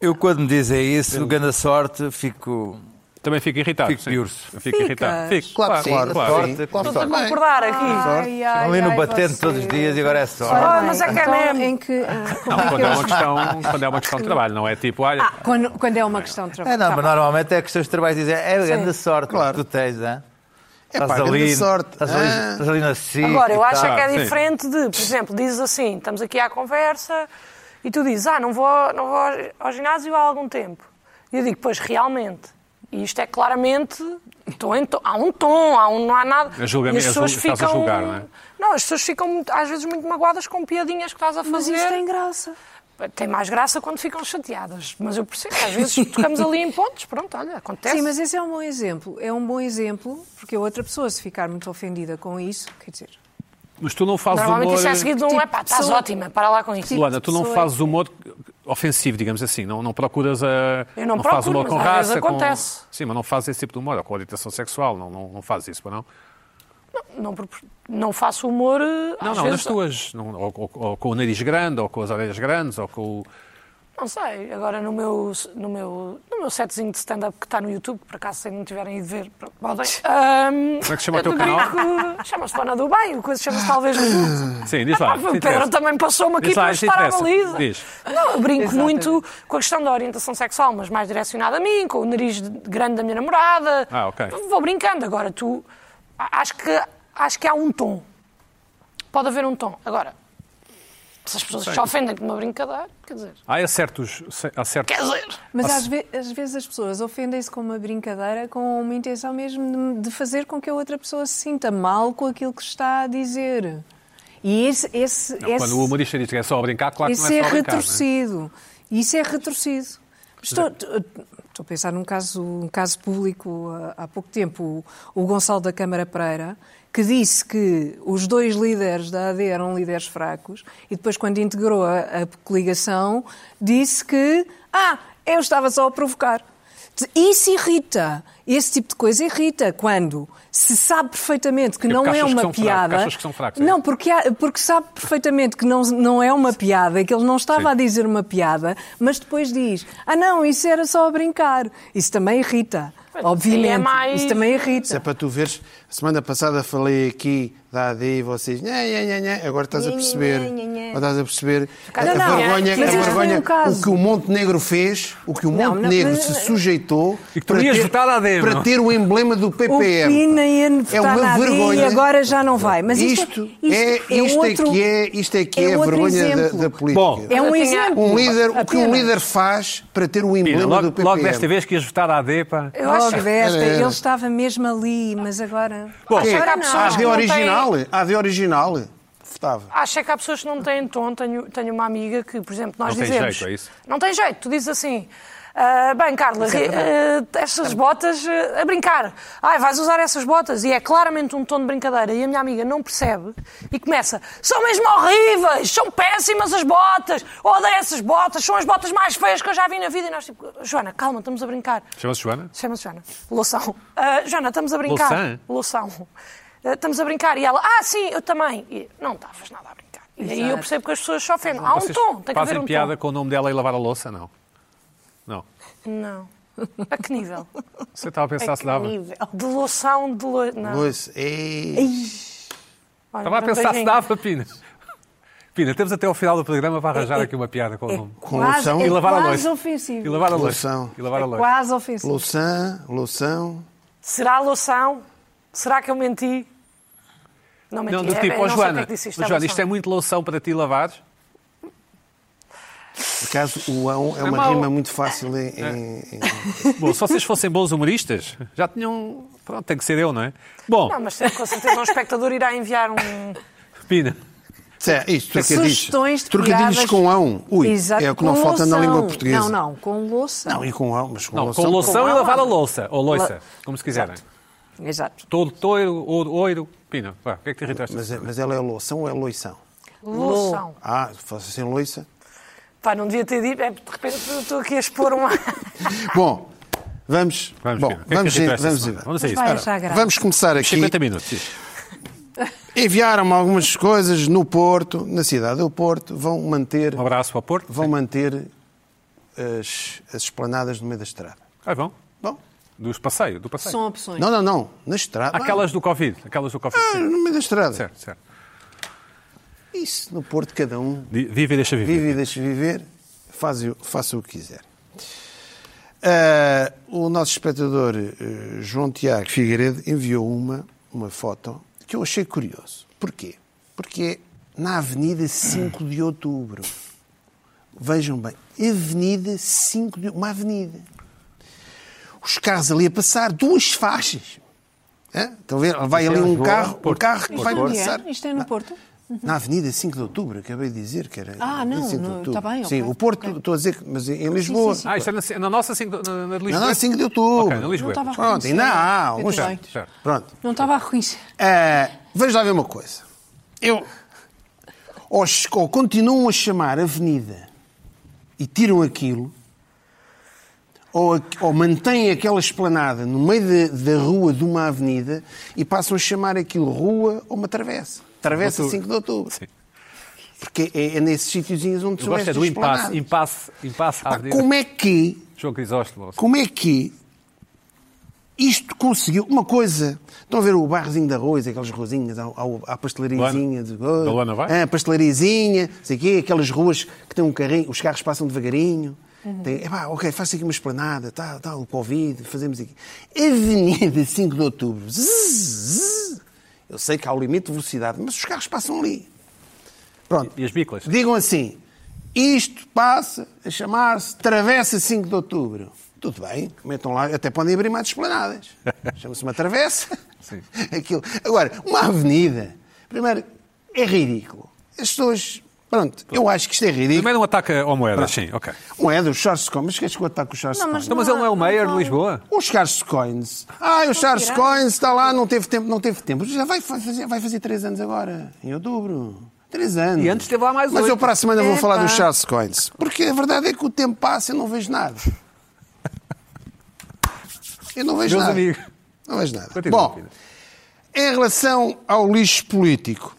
Speaker 4: Eu quando me dizem isso, grande sorte, fico.
Speaker 1: Também fico irritado.
Speaker 4: Fico
Speaker 1: sim.
Speaker 4: piurso.
Speaker 1: Eu Fico irritado. Fico,
Speaker 2: Claro, que sim, claro, sim.
Speaker 4: sim. Claro,
Speaker 2: claro,
Speaker 4: sim.
Speaker 3: Ah,
Speaker 2: também.
Speaker 5: Concordar aqui.
Speaker 3: Ai, ai,
Speaker 4: Ali no
Speaker 3: ai,
Speaker 4: batente
Speaker 3: vocês.
Speaker 4: todos os dias e agora é sorte.
Speaker 5: Ah, mas é que é
Speaker 3: Então,
Speaker 5: mesmo.
Speaker 3: em que, ah, como
Speaker 1: Não,
Speaker 3: é que
Speaker 1: quando, é
Speaker 3: eu-
Speaker 1: uma questão, quando é uma questão de trabalho, não é tipo, olha,
Speaker 3: Ah, quando, quando é uma questão de trabalho.
Speaker 4: É, não,
Speaker 3: Tá
Speaker 4: mas
Speaker 3: bem.
Speaker 4: normalmente é que os teus trabalhos dizem, é grande sorte
Speaker 2: Claro.
Speaker 4: que tu tens, hein?
Speaker 2: É pá, grande sorte.
Speaker 4: Estás ali,
Speaker 2: Ah.
Speaker 4: estás ali na SIC.
Speaker 5: Agora, eu
Speaker 4: e tal.
Speaker 5: acho
Speaker 3: tá,
Speaker 5: é que é
Speaker 1: sim.
Speaker 5: diferente de, por exemplo, dizes assim, estamos aqui à conversa e tu dizes, ah, não vou, não vou ao ginásio há algum tempo. E eu digo, pois, realmente. E isto é claramente, estou em to- há um tom, há um, não há nada.
Speaker 1: É julgamento,
Speaker 5: e as
Speaker 1: é
Speaker 5: pessoas
Speaker 1: julga-
Speaker 5: ficam...
Speaker 1: estás a julgar, não é?
Speaker 5: Não, as pessoas ficam muito- às vezes muito magoadas com piadinhas que estás a fazer.
Speaker 3: Mas isso tem graça.
Speaker 5: Tem mais graça quando ficam chateadas. Mas eu percebo, às vezes tocamos ali em pontos, pronto, olha, acontece.
Speaker 3: Sim, mas esse é um bom exemplo. É um bom exemplo, porque a outra pessoa, se ficar muito ofendida com isso, quer dizer,
Speaker 1: mas tu não fazes
Speaker 5: Normalmente
Speaker 1: humor.
Speaker 5: isso é seguido de um,
Speaker 3: tipo,
Speaker 5: epá, estás
Speaker 3: pessoa-
Speaker 5: ótima, para lá com isso.
Speaker 3: Tipo,
Speaker 1: Luana, tu não
Speaker 3: pessoa-
Speaker 5: é
Speaker 1: fazes humor ofensivo, digamos assim. Não, não procuras a.
Speaker 5: Eu não
Speaker 1: fazes
Speaker 5: procuro,
Speaker 1: humor com
Speaker 5: mas às vezes
Speaker 1: raça. com-
Speaker 5: acontece.
Speaker 1: Sim, mas não fazes esse tipo de humor, ou com orientação sexual. Não, não, não fazes isso, para não?
Speaker 5: Não, pro- não faço humor.
Speaker 1: Não, não, nas tuas. Não, ou, ou- ou com o nariz grande, ou com as orelhas grandes, ou com o.
Speaker 5: Não sei. Agora no meu, no meu, no meu setzinho de stand-up que está no YouTube, por acaso se não tiverem ido ver, pronto, podem. Ah, Ahm,
Speaker 1: Como é que se chama o
Speaker 5: eu
Speaker 1: teu canal?
Speaker 5: brinco- Chama-se Dona do Bem, o coisa chama-se talvez.
Speaker 1: Sim, diz lá.
Speaker 5: Ah,
Speaker 1: se
Speaker 5: o Pedro
Speaker 1: interessa.
Speaker 5: também passou-me aqui
Speaker 1: Diz lá,
Speaker 5: para
Speaker 1: se
Speaker 5: estar à
Speaker 1: interessa.
Speaker 5: baliza.
Speaker 1: Diz.
Speaker 5: Não, eu brinco muito com a questão da orientação sexual, mas mais direcionada a mim, com o nariz de- grande da minha namorada.
Speaker 1: Ah, ok.
Speaker 5: Vou brincando. Agora, tu. a- Acho que, acho que há um tom. Pode haver um tom. Agora, Se as pessoas se ofendem com uma brincadeira, quer dizer.
Speaker 1: Há é certos. Há certos...
Speaker 5: Quer dizer.
Speaker 3: Mas às, ve- às vezes as pessoas ofendem-se com uma brincadeira, com uma intenção mesmo de, de fazer com que a outra pessoa se sinta mal com aquilo que está a dizer. E esse, esse,
Speaker 1: Não,
Speaker 3: esse,
Speaker 1: Quando o humorista diz que é só brincar, claro que não
Speaker 3: isso é,
Speaker 1: é só brincar. não é?
Speaker 3: retorcido. Isso é retorcido. Estou, estou a pensar num caso, um caso público ah, há pouco tempo, o, o Gonçalo da Câmara Pereira, que disse que os dois líderes da AD eram líderes fracos e depois, quando integrou a, a coligação, disse que ah, eu estava só a provocar. Isso irrita. Esse tipo de coisa irrita quando se sabe perfeitamente que
Speaker 1: É porque
Speaker 3: não é
Speaker 1: achas que
Speaker 3: uma
Speaker 1: são fracos,
Speaker 3: piada.
Speaker 1: achas que são fracos, é?
Speaker 3: não, porque, há- porque sabe perfeitamente que não, não é uma piada, que ele não estava
Speaker 1: Sim.
Speaker 3: a dizer uma piada, mas depois diz: ah, não, isso era só a brincar. Isso também irrita. Obviamente.
Speaker 5: é mais-
Speaker 3: Isso também irrita.
Speaker 2: Isso é para tu veres. Semana passada falei aqui da AD e vocês. Nhé, nhé, nhé, nhé. Agora estás a perceber.
Speaker 7: Nhé, nhé, nhé, nhé.
Speaker 2: Agora estás a perceber. A,
Speaker 5: Não,
Speaker 2: a
Speaker 5: não,
Speaker 2: vergonha,
Speaker 3: mas
Speaker 2: a
Speaker 3: este foi
Speaker 2: vergonha
Speaker 3: um caso.
Speaker 2: o que o Montenegro fez, o que o
Speaker 3: Não,
Speaker 2: Montenegro
Speaker 3: não,
Speaker 2: se
Speaker 3: mas-
Speaker 2: sujeitou
Speaker 1: E que tu ias votar à AD,
Speaker 2: para
Speaker 1: não?
Speaker 2: ter o emblema do PPM.
Speaker 3: Opinem,
Speaker 2: é uma
Speaker 3: votar na AD e
Speaker 2: vergonha.
Speaker 3: agora já não vai. Mas isto,
Speaker 2: isto, é, isto é
Speaker 3: outro-
Speaker 2: que é, isto é, que é, a
Speaker 3: outro
Speaker 2: vergonha da,
Speaker 3: exemplo.
Speaker 2: da política.
Speaker 1: Bom,
Speaker 3: É um
Speaker 5: Olha,
Speaker 3: exemplo.
Speaker 2: um líder, o que um
Speaker 3: Apenas.
Speaker 2: líder faz para ter o
Speaker 1: Pina,
Speaker 2: emblema do
Speaker 1: logo,
Speaker 2: PPM?
Speaker 1: logo desta vez que ias votar à AD, pá.
Speaker 5: Eu acho
Speaker 3: Logo
Speaker 5: que
Speaker 3: desta,
Speaker 2: Era, era.
Speaker 3: ele estava mesmo ali, mas agora.
Speaker 1: Bom,
Speaker 2: Quê?
Speaker 5: Agora há pessoas
Speaker 2: A AD
Speaker 5: que não têm-
Speaker 2: é? original? A AD original? Votava.
Speaker 5: Acho é que há pessoas que não têm tom. Tenho, tenho uma amiga que, por exemplo, nós
Speaker 1: Não tem
Speaker 5: dizemos.
Speaker 1: jeito, é isso?
Speaker 5: Não tem jeito. Tu dizes assim. "Ah, bem, Carla, ri- ah, estas botas ah, a brincar. Ai, vais usar essas botas. E é claramente um tom de brincadeira. E a minha amiga não percebe e começa: são mesmo horríveis, são péssimas as botas, odeio essas botas, são as botas mais feias que eu já vi na vida. E nós, tipo, Joana, calma, estamos a brincar.
Speaker 1: Chama-se Joana?
Speaker 5: Chama-se Joana. Loção. Ah, Joana, estamos a brincar.
Speaker 1: Loção?
Speaker 5: Loção. Ah, estamos a brincar. E ela, ah, sim, eu também. E não estavas nada a brincar. E aí
Speaker 3: Exato.
Speaker 5: eu percebo que as pessoas sofrem. Há um
Speaker 1: Vocês
Speaker 5: tom, tem que
Speaker 1: fazem
Speaker 5: haver um
Speaker 1: piada
Speaker 5: tom.
Speaker 1: com o nome dela e lavar a louça? Não. Não.
Speaker 5: Não. A que
Speaker 1: <laughs>
Speaker 5: nível?
Speaker 1: Você estava a pensar
Speaker 5: É
Speaker 1: se dava.
Speaker 5: De loção, de lo... Não.
Speaker 2: Pois, ei,
Speaker 5: Olha,
Speaker 1: Estava a
Speaker 5: um
Speaker 1: pensar se
Speaker 5: beijinho.
Speaker 1: dava, Pina. Pina, temos até ao final do programa para arranjar
Speaker 3: É-
Speaker 1: aqui uma piada com o nome.
Speaker 2: com
Speaker 3: Quase-
Speaker 2: loção,
Speaker 3: é
Speaker 1: E lavar a
Speaker 3: quase
Speaker 1: louça.
Speaker 3: ofensivo.
Speaker 1: E lavar a louça.
Speaker 2: Loção.
Speaker 1: E lavar a
Speaker 3: É
Speaker 1: louça.
Speaker 3: quase ofensivo.
Speaker 2: loção, loção.
Speaker 5: Será loção? Será que eu menti? Não menti.
Speaker 1: Não, do
Speaker 5: É,
Speaker 1: tipo,
Speaker 5: eu
Speaker 1: ó
Speaker 5: não sei o que
Speaker 1: Joana,
Speaker 5: é que disse isto,
Speaker 1: ó, Joana,
Speaker 5: loção.
Speaker 1: isto é muito loução para ti lavares.
Speaker 2: Por acaso, o ão é
Speaker 1: É
Speaker 2: uma
Speaker 1: mau.
Speaker 2: rima muito fácil em... em- em-
Speaker 1: Bom, se vocês fossem bons humoristas, já tinham. Pronto, tem que ser eu, não é? Bom,
Speaker 5: Não, mas com certeza um espectador irá enviar um...
Speaker 1: Pina,
Speaker 2: Sé, Isto, é, trocadilhos.
Speaker 3: Sugestões de
Speaker 2: Trocadilhos
Speaker 3: piadas.
Speaker 2: com ão. Ui, é o que não
Speaker 3: com
Speaker 2: falta na
Speaker 3: loção.
Speaker 2: língua portuguesa.
Speaker 3: Não, não, com louça.
Speaker 2: Não, e com ão, mas com
Speaker 1: não,
Speaker 2: loção.
Speaker 1: com é loução e lavar a
Speaker 3: louça.
Speaker 1: louça. Ou loiça,
Speaker 3: La-
Speaker 1: como se quiserem.
Speaker 3: Exato.
Speaker 1: Todo toiro, ouro, oiro. Pina, vá, o que é que te irritaste?
Speaker 2: Mas, é- mas ela é loção ou é loição?
Speaker 5: Loção.
Speaker 2: Ah, faça sem loiça.
Speaker 5: Pá, não devia ter dito. É, de repente eu estou aqui a expor uma...
Speaker 2: Bom, vamos...
Speaker 1: Vamos,
Speaker 2: bom,
Speaker 1: Pina, o que é que
Speaker 2: vamos,
Speaker 1: te irritou
Speaker 2: em-
Speaker 1: esta
Speaker 2: vamos,
Speaker 1: semana?
Speaker 2: em-
Speaker 1: Vamos a isso.
Speaker 3: Vai
Speaker 1: Ora,
Speaker 3: achar graça.
Speaker 2: vamos começar aqui...
Speaker 1: 50 minutos. sim.
Speaker 2: Enviaram-me algumas coisas no Porto, na cidade do Porto, vão manter,
Speaker 1: Um abraço para o Porto.
Speaker 2: vão manter as, as esplanadas no meio da estrada.
Speaker 1: Ah, vão.
Speaker 2: Bom,
Speaker 1: Dos passeios, do passeio.
Speaker 3: São opções.
Speaker 2: não, não, não, na estrada.
Speaker 1: Aquelas do Covid. Aquelas do Covid.
Speaker 2: Ah,
Speaker 1: Sim.
Speaker 2: no meio da estrada.
Speaker 1: Certo, certo.
Speaker 2: Isso, no Porto, cada um
Speaker 1: Di- Vive e deixa viver.
Speaker 2: vive e deixa viver, faz, o- faça o que quiser. Ah, o nosso espectador eh, João Tiago Figueiredo enviou uma, uma foto que eu achei curioso. Porquê? Porque é na Avenida 5 de Outubro. Vejam bem, Avenida 5 de uma avenida. Os carros ali a passar, duas faixas. Hã? Estão a ver? Vai
Speaker 1: é
Speaker 2: ali um carro, um carro que vai
Speaker 3: Onde é?
Speaker 2: passar.
Speaker 3: Isto é no Porto?
Speaker 2: Na Avenida 5 de Outubro, acabei de dizer que era.
Speaker 3: Ah,
Speaker 2: Avenida
Speaker 3: não,
Speaker 2: 5 de
Speaker 3: não,
Speaker 2: Outubro.
Speaker 3: tá bem, ok,
Speaker 2: Sim, o Porto,
Speaker 3: ok.
Speaker 2: estou a dizer, que- mas em Lisboa.
Speaker 3: sim, sim.
Speaker 1: Ah, isto é na, na nossa cinco- na, na de Lisboa.
Speaker 2: Não, não, 5 de Outubro.
Speaker 1: Ok, na Lisboa.
Speaker 3: Não estava a
Speaker 2: Pronto,
Speaker 3: reconhecer.
Speaker 2: ainda há
Speaker 3: Eu
Speaker 2: uns.
Speaker 3: também.
Speaker 1: Certo.
Speaker 2: Pronto.
Speaker 3: Não estava a reconhecer.
Speaker 2: Ah, vamos lá ver uma coisa. Eu. Ou, ch- ou continuam a chamar Avenida e tiram aquilo, ou, a- ou mantêm aquela esplanada no meio da, da rua de uma avenida e passam a chamar aquilo rua ou uma travessa. Travessa
Speaker 1: Outubro.
Speaker 2: 5 de Outubro.
Speaker 1: Sim.
Speaker 2: Porque é, é nesses sítiozinhos onde
Speaker 1: Eu
Speaker 2: são
Speaker 1: gosto é
Speaker 2: estas
Speaker 1: do impasse.
Speaker 2: esplanadas.
Speaker 1: Impasse, impasse à
Speaker 2: Pá,
Speaker 1: avenida.
Speaker 2: como é que
Speaker 1: João Crisóstomo.
Speaker 2: como é que isto conseguiu uma coisa estão a ver o barrozinho de arroz aquelas rosinhas ao- ao- à pastelariazinha de,
Speaker 1: Da Luana vai?
Speaker 2: Ah, pastelariazinha não sei o quê, aquelas ruas que têm um carrinho os carros passam devagarinho Tem, epá, ok, faça aqui uma esplanada, tal, tal, o Covid, fazemos aqui. Avenida 5 de Outubro. um Zzz, zzz. Eu sei que há o limite de velocidade, mas os carros passam ali. Pronto.
Speaker 1: E as biclas.
Speaker 2: Digam assim, isto passa a chamar-se Travessa 5 de Outubro. Tudo bem, metam lá, até podem abrir mais
Speaker 1: <laughs>
Speaker 2: esplanadas. Chama-se uma travessa.
Speaker 1: Sim.
Speaker 2: <laughs> Aquilo. Agora, uma avenida, primeiro, é ridículo. As pessoas, pronto, eu acho que isto é ridículo.
Speaker 1: Primeiro um ataque ao moedas, sim, ok.
Speaker 2: Um é do Charles Combs, mas que é que eu ataco o Charles
Speaker 7: Não,
Speaker 2: Combs?
Speaker 7: mas
Speaker 1: Então, mas ele não é o
Speaker 2: Ah,
Speaker 1: Mayor de Lisboa?
Speaker 2: Os Charles Coins. Ah, o Charles
Speaker 7: tiraram?
Speaker 2: Coins está lá, não teve tempo, não teve tempo. Já vai fazer, vai fazer três anos agora, em outubro. Três anos.
Speaker 1: E antes teve lá mais
Speaker 2: Mas
Speaker 1: oito.
Speaker 2: eu para a semana vou
Speaker 3: Epá.
Speaker 2: falar dos Charles Coins. Porque a verdade é que o tempo passa e eu não vejo nada. Eu não vejo
Speaker 1: Meus
Speaker 2: nada.
Speaker 1: amigos.
Speaker 2: Não vejo nada.
Speaker 1: Continua,
Speaker 2: Bom,
Speaker 1: Pina.
Speaker 2: em relação ao lixo político,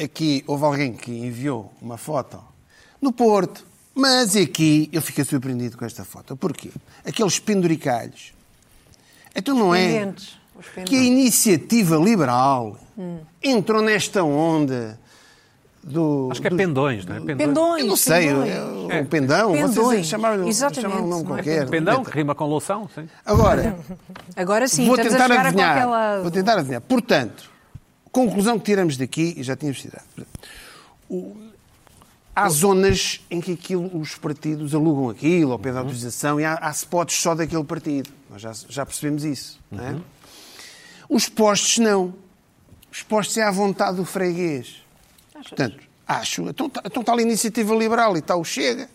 Speaker 2: aqui houve alguém que enviou uma foto no Porto, mas aqui eu fiquei surpreendido com esta foto. Porquê? Aqueles penduricalhos. Então não é
Speaker 3: Pendentes, os pendentes. Hum.
Speaker 2: que a iniciativa liberal entrou nesta onda do.
Speaker 1: Acho que é
Speaker 2: do-
Speaker 1: pendões, não é? Pendões.
Speaker 3: Pendões.
Speaker 2: Eu não sei, eu,
Speaker 3: pendões.
Speaker 2: eu, um pendão, vocês é que
Speaker 3: Pendões.
Speaker 2: chamaram,
Speaker 3: Exatamente,
Speaker 2: chamaram um nome
Speaker 3: não é
Speaker 2: qualquer.
Speaker 1: Pendão, que rima com loução, sim.
Speaker 2: Agora,
Speaker 3: Agora sim,
Speaker 2: vou
Speaker 3: assim, estamos a
Speaker 2: tentar
Speaker 3: chegar a
Speaker 2: adivinhar.
Speaker 3: qualquer lado.
Speaker 2: Vou tentar adivinhar. Portanto, conclusão que tiramos daqui, e já tínhamos tirado. O- há zonas em que aquilo, os partidos alugam aquilo, ou pedem autorização, e há, há spots só daquele partido. Nós já, já percebemos isso. não é? Os postos não. Os postos é à vontade do freguês. Portanto, acho. Então está então tá ali a iniciativa liberal e está o Chega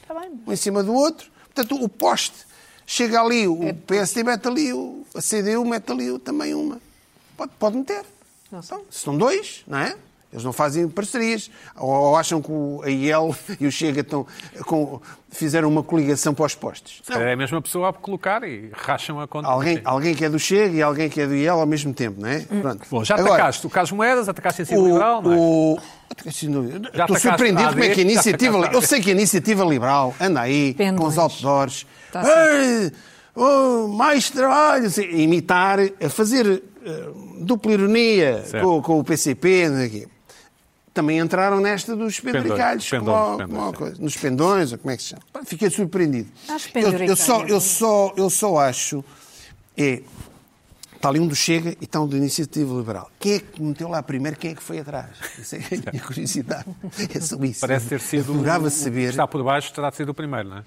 Speaker 7: Está bem.
Speaker 2: um em cima do outro. Portanto, o poste chega ali, o PSD mete ali, o- a CDU mete ali o- também uma. Pode, pode meter. Então, se são dois, não é? Eles não fazem parcerias. Ou, ou acham que o a IEL <laughs> e o Chega estão, com- fizeram uma coligação para os postes. Não.
Speaker 1: É a mesma pessoa a colocar e racham a conta.
Speaker 2: Alguém, alguém que é do Chega e alguém que é do IEL ao mesmo tempo, não é? Pronto.
Speaker 1: Bom, já
Speaker 2: Agora,
Speaker 1: atacaste o Carlos Moedas, atacaste em
Speaker 2: o-
Speaker 1: cima liberal, não é?
Speaker 2: o- Sem dúvida.
Speaker 1: Já tá
Speaker 2: Estou
Speaker 1: atacaste a
Speaker 2: surpreendido como é que a
Speaker 1: AD, já
Speaker 2: iniciativa.
Speaker 1: atacaste a
Speaker 2: Eu
Speaker 1: AD.
Speaker 2: sei que a iniciativa liberal anda aí com
Speaker 3: Pendões.
Speaker 2: os outdoors.
Speaker 3: Tá
Speaker 2: Ei, oh, mais trabalho. assim, a Imitar, a fazer eh, dupla ironia
Speaker 1: Certo.
Speaker 2: com, com o PCP. não sei o quê. Também entraram nesta dos penduricalhos,
Speaker 1: Pendões,
Speaker 2: como-
Speaker 1: pendões,
Speaker 2: como-
Speaker 1: pendões,
Speaker 2: nos pendões, ou como é que se chama. Pá, Fiquei surpreendido.
Speaker 3: Acho que
Speaker 2: Eu, eu, só,
Speaker 3: penduricalhos.
Speaker 2: eu, só, eu só acho. É, Está ali um do Chega e está um do Iniciativa Liberal. Quem é que meteu lá primeiro? Quem é que foi atrás? Isso é a minha curiosidade. É só isso.
Speaker 1: Parece ter sido.
Speaker 2: Adorava
Speaker 1: o- O que
Speaker 2: saber.
Speaker 1: está por baixo terá de ser o primeiro, não é?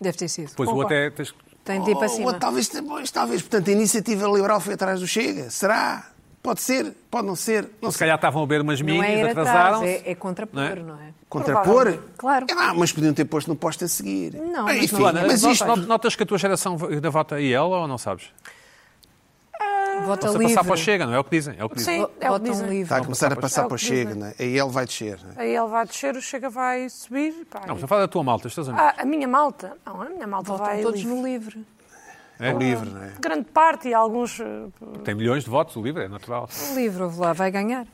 Speaker 3: Deve ter sido.
Speaker 1: Pois o outro é. Tens...
Speaker 3: Tem de ir para
Speaker 2: Ou-
Speaker 3: cima.
Speaker 2: ou Oh, talvez, talvez, talvez. Portanto, a Iniciativa Liberal foi atrás do Chega. Será? Pode ser? Pode não ser? Não
Speaker 1: Se
Speaker 2: sei.
Speaker 1: calhar estavam a beber umas
Speaker 3: Não é
Speaker 1: minhas,
Speaker 3: ir atrás,
Speaker 1: atrasaram-se.
Speaker 3: é, é contrapor,
Speaker 1: Não
Speaker 3: não é?
Speaker 2: Contrapor?
Speaker 3: Provavelmente. Claro.
Speaker 2: É lá, mas podiam ter posto no posto a seguir.
Speaker 3: Não,
Speaker 2: Ah,
Speaker 3: mas
Speaker 2: enfim,
Speaker 3: não- é
Speaker 1: Luana,
Speaker 2: mas
Speaker 1: not-
Speaker 2: isto...
Speaker 1: not- notas que a tua geração ainda vota e ela ou não sabes?
Speaker 3: Vota um
Speaker 1: Estão a
Speaker 3: livre.
Speaker 1: passar para o Chega, não é o que dizem? É o que dizem.
Speaker 5: Sim, é o que
Speaker 3: Votam
Speaker 5: dizem.
Speaker 3: livre.
Speaker 2: Está a começar a
Speaker 5: É
Speaker 2: passar
Speaker 5: o
Speaker 2: para o
Speaker 5: que
Speaker 2: Chega,
Speaker 5: dizem.
Speaker 2: né? aí ele vai descer. Né?
Speaker 5: Aí ele vai descer, o Chega vai subir. Pá,
Speaker 1: Não,
Speaker 5: e-
Speaker 1: mas não fala da tua malta, os teus amigos.
Speaker 5: Ah, a minha malta? Não, a minha malta
Speaker 3: Votam
Speaker 5: vai
Speaker 3: todos
Speaker 5: livre.
Speaker 3: no livre.
Speaker 1: É?
Speaker 2: O livre, não é?
Speaker 5: Grande parte e alguns... eh,
Speaker 1: Tem milhões de votos, o livre é natural.
Speaker 3: O livre, ouve lá, vai ganhar.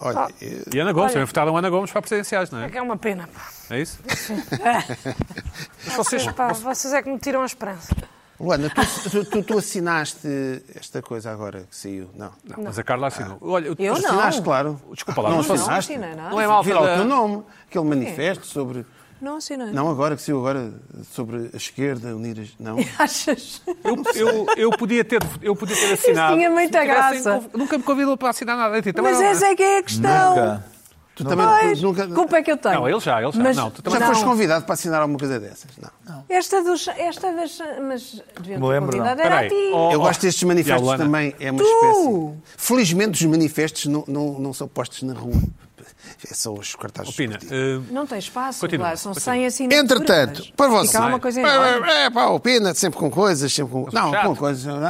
Speaker 3: Ah.
Speaker 2: Olha, eh,
Speaker 1: E Ana Gomes,
Speaker 5: Olha.
Speaker 1: também votaram Ana Gomes para presidenciais, não
Speaker 5: É
Speaker 1: é?
Speaker 5: que é uma pena. Pá.
Speaker 1: É isso? <laughs> Mas vocês.
Speaker 5: Vocês, pá, vocês é que me tiram a esperança.
Speaker 2: Luana, tu, tu- tu- tu assinaste esta coisa agora que saiu? Não.
Speaker 1: Não, mas a Carla assinou. Olha, eu-
Speaker 3: Eu não.
Speaker 2: Assinaste, claro.
Speaker 1: Desculpa lá,
Speaker 2: não
Speaker 1: mas não
Speaker 2: assinaste?
Speaker 3: assinei nada.
Speaker 1: Não é mal
Speaker 2: Vira o
Speaker 1: da-
Speaker 2: teu nome, aquele manifesto sobre.
Speaker 3: Não é. assinei.
Speaker 2: Não, agora que saiu agora sobre a esquerda, unir as. Não.
Speaker 3: <laughs> Achas?
Speaker 1: Eu, eu, eu podia ter, eu podia ter assinado.
Speaker 3: tinha muita
Speaker 1: Se me tivessem
Speaker 3: graça.
Speaker 1: conv- Nunca me convidou para assinar nada. Eu digo, também
Speaker 3: Mas
Speaker 1: não,
Speaker 3: essa é que é a questão.
Speaker 4: Nunca.
Speaker 2: Tu também
Speaker 3: Pois,
Speaker 2: tu nunca.
Speaker 3: culpa é que eu tenho.
Speaker 1: Não, ele já, ele já.
Speaker 3: Mas-
Speaker 1: Não, tu também
Speaker 2: Já
Speaker 3: não.
Speaker 2: foste convidado para assinar alguma coisa dessas? Não.
Speaker 3: Esta, dos, esta das... Mas deviam ter
Speaker 4: lembro, não.
Speaker 3: convidado. Era
Speaker 1: Peraí.
Speaker 3: a ti.
Speaker 1: Oh,
Speaker 2: Eu
Speaker 1: oh.
Speaker 2: gosto destes
Speaker 1: E a
Speaker 2: manifestos
Speaker 1: Luana?
Speaker 2: também. É uma
Speaker 3: Tu!
Speaker 2: espécie. Felizmente os manifestos não, não, não são postos na rua. É só os cartazes.
Speaker 1: Opina.
Speaker 2: desportivos.
Speaker 1: eh,
Speaker 3: Não tem espaço,
Speaker 1: Continua,
Speaker 3: claro, são
Speaker 1: continua.
Speaker 3: 100 assinaturas.
Speaker 2: Entretanto, para vocês.
Speaker 3: Fica lá uma coisa enorme.
Speaker 2: é, é, pá, opina sempre com coisas, sempre com. Não,
Speaker 1: chato.
Speaker 2: com coisas. Não,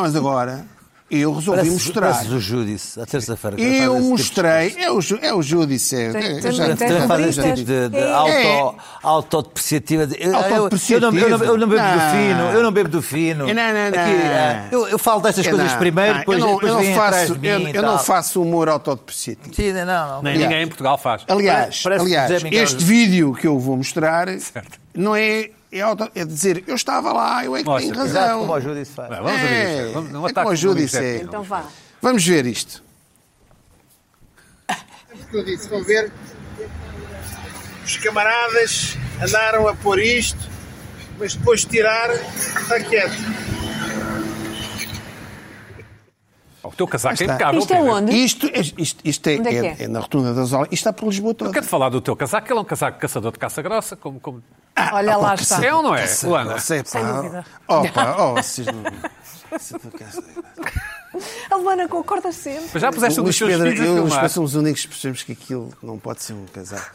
Speaker 2: mas agora eu resolvi
Speaker 4: Parece-
Speaker 2: mostrar.
Speaker 4: parece o Júdice, à terça-feira. que faz
Speaker 2: Eu
Speaker 4: esse tipo de
Speaker 2: mostrei. É o, ju- é o júdice. é-
Speaker 3: Tem-
Speaker 2: é-
Speaker 3: tem-
Speaker 2: já-
Speaker 3: tem-
Speaker 4: Também faz
Speaker 3: Terroristas.
Speaker 4: este tipo de, de
Speaker 3: É.
Speaker 4: auto, autodepreciativa. de- Eu, eu- eu não, eu, não, eu não bebo do fino, eu não bebo do fino.
Speaker 2: Não, não, não.
Speaker 4: Aqui, ah, eu, eu falo destas
Speaker 2: é,
Speaker 4: coisas
Speaker 2: não,
Speaker 4: primeiro,
Speaker 2: não,
Speaker 4: depois,
Speaker 2: eu não,
Speaker 4: depois
Speaker 2: eu não
Speaker 4: vêm atrás
Speaker 2: faço,
Speaker 4: de mim
Speaker 2: eu,
Speaker 4: e
Speaker 2: eu não
Speaker 4: tal.
Speaker 2: faço humor autodepreciativo.
Speaker 4: Sim, não, não.
Speaker 1: nem ninguém em Portugal faz.
Speaker 2: É. Aliás,
Speaker 4: Parece-
Speaker 2: aliás
Speaker 4: parece José
Speaker 2: este
Speaker 4: Miguel.
Speaker 2: vídeo que eu vou mostrar
Speaker 1: Certo.
Speaker 2: não é, é, auto, é dizer eu estava lá, eu é que
Speaker 1: Mostra,
Speaker 2: tenho
Speaker 1: Pedro.
Speaker 4: Exato,
Speaker 2: razão.
Speaker 4: como o Júdice faz.
Speaker 1: Bem, vamos ouvir isto. Vamos,
Speaker 2: É,
Speaker 1: não
Speaker 2: é como
Speaker 1: ataques
Speaker 2: o Júdice
Speaker 1: políticos,
Speaker 2: é.
Speaker 1: não.
Speaker 3: Então vá.
Speaker 2: Vamos ver isto.
Speaker 8: eu disse, estão a ver? Os camaradas andaram a pôr isto, mas depois de tirar, está quieto.
Speaker 1: Oh, teu casaco é
Speaker 2: Está.
Speaker 1: impecável.
Speaker 3: Isto é
Speaker 1: Pedro.
Speaker 3: onde?
Speaker 2: Isto, isto, isto é,
Speaker 3: Onde é que
Speaker 2: é-
Speaker 3: é?
Speaker 2: é na rotunda das aulas. Isto está por Lisboa toda.
Speaker 1: Quero falar do teu casaco, ele é um casaco de caçador de caça grossa, como. como...
Speaker 3: Olha lá está.
Speaker 2: Ah,
Speaker 1: É ou não é, Luana?
Speaker 2: Não sei,
Speaker 3: Sem dúvida.
Speaker 2: pá. Oh, pá, oh, vocês não...
Speaker 3: A Luana concorda sempre.
Speaker 1: Mas já puseste um dos teus
Speaker 2: Luís Pedro,
Speaker 1: filhos a
Speaker 2: eu, Luís
Speaker 1: filmar.
Speaker 2: Pedro somos os únicos que percebemos que aquilo não pode ser um casaco.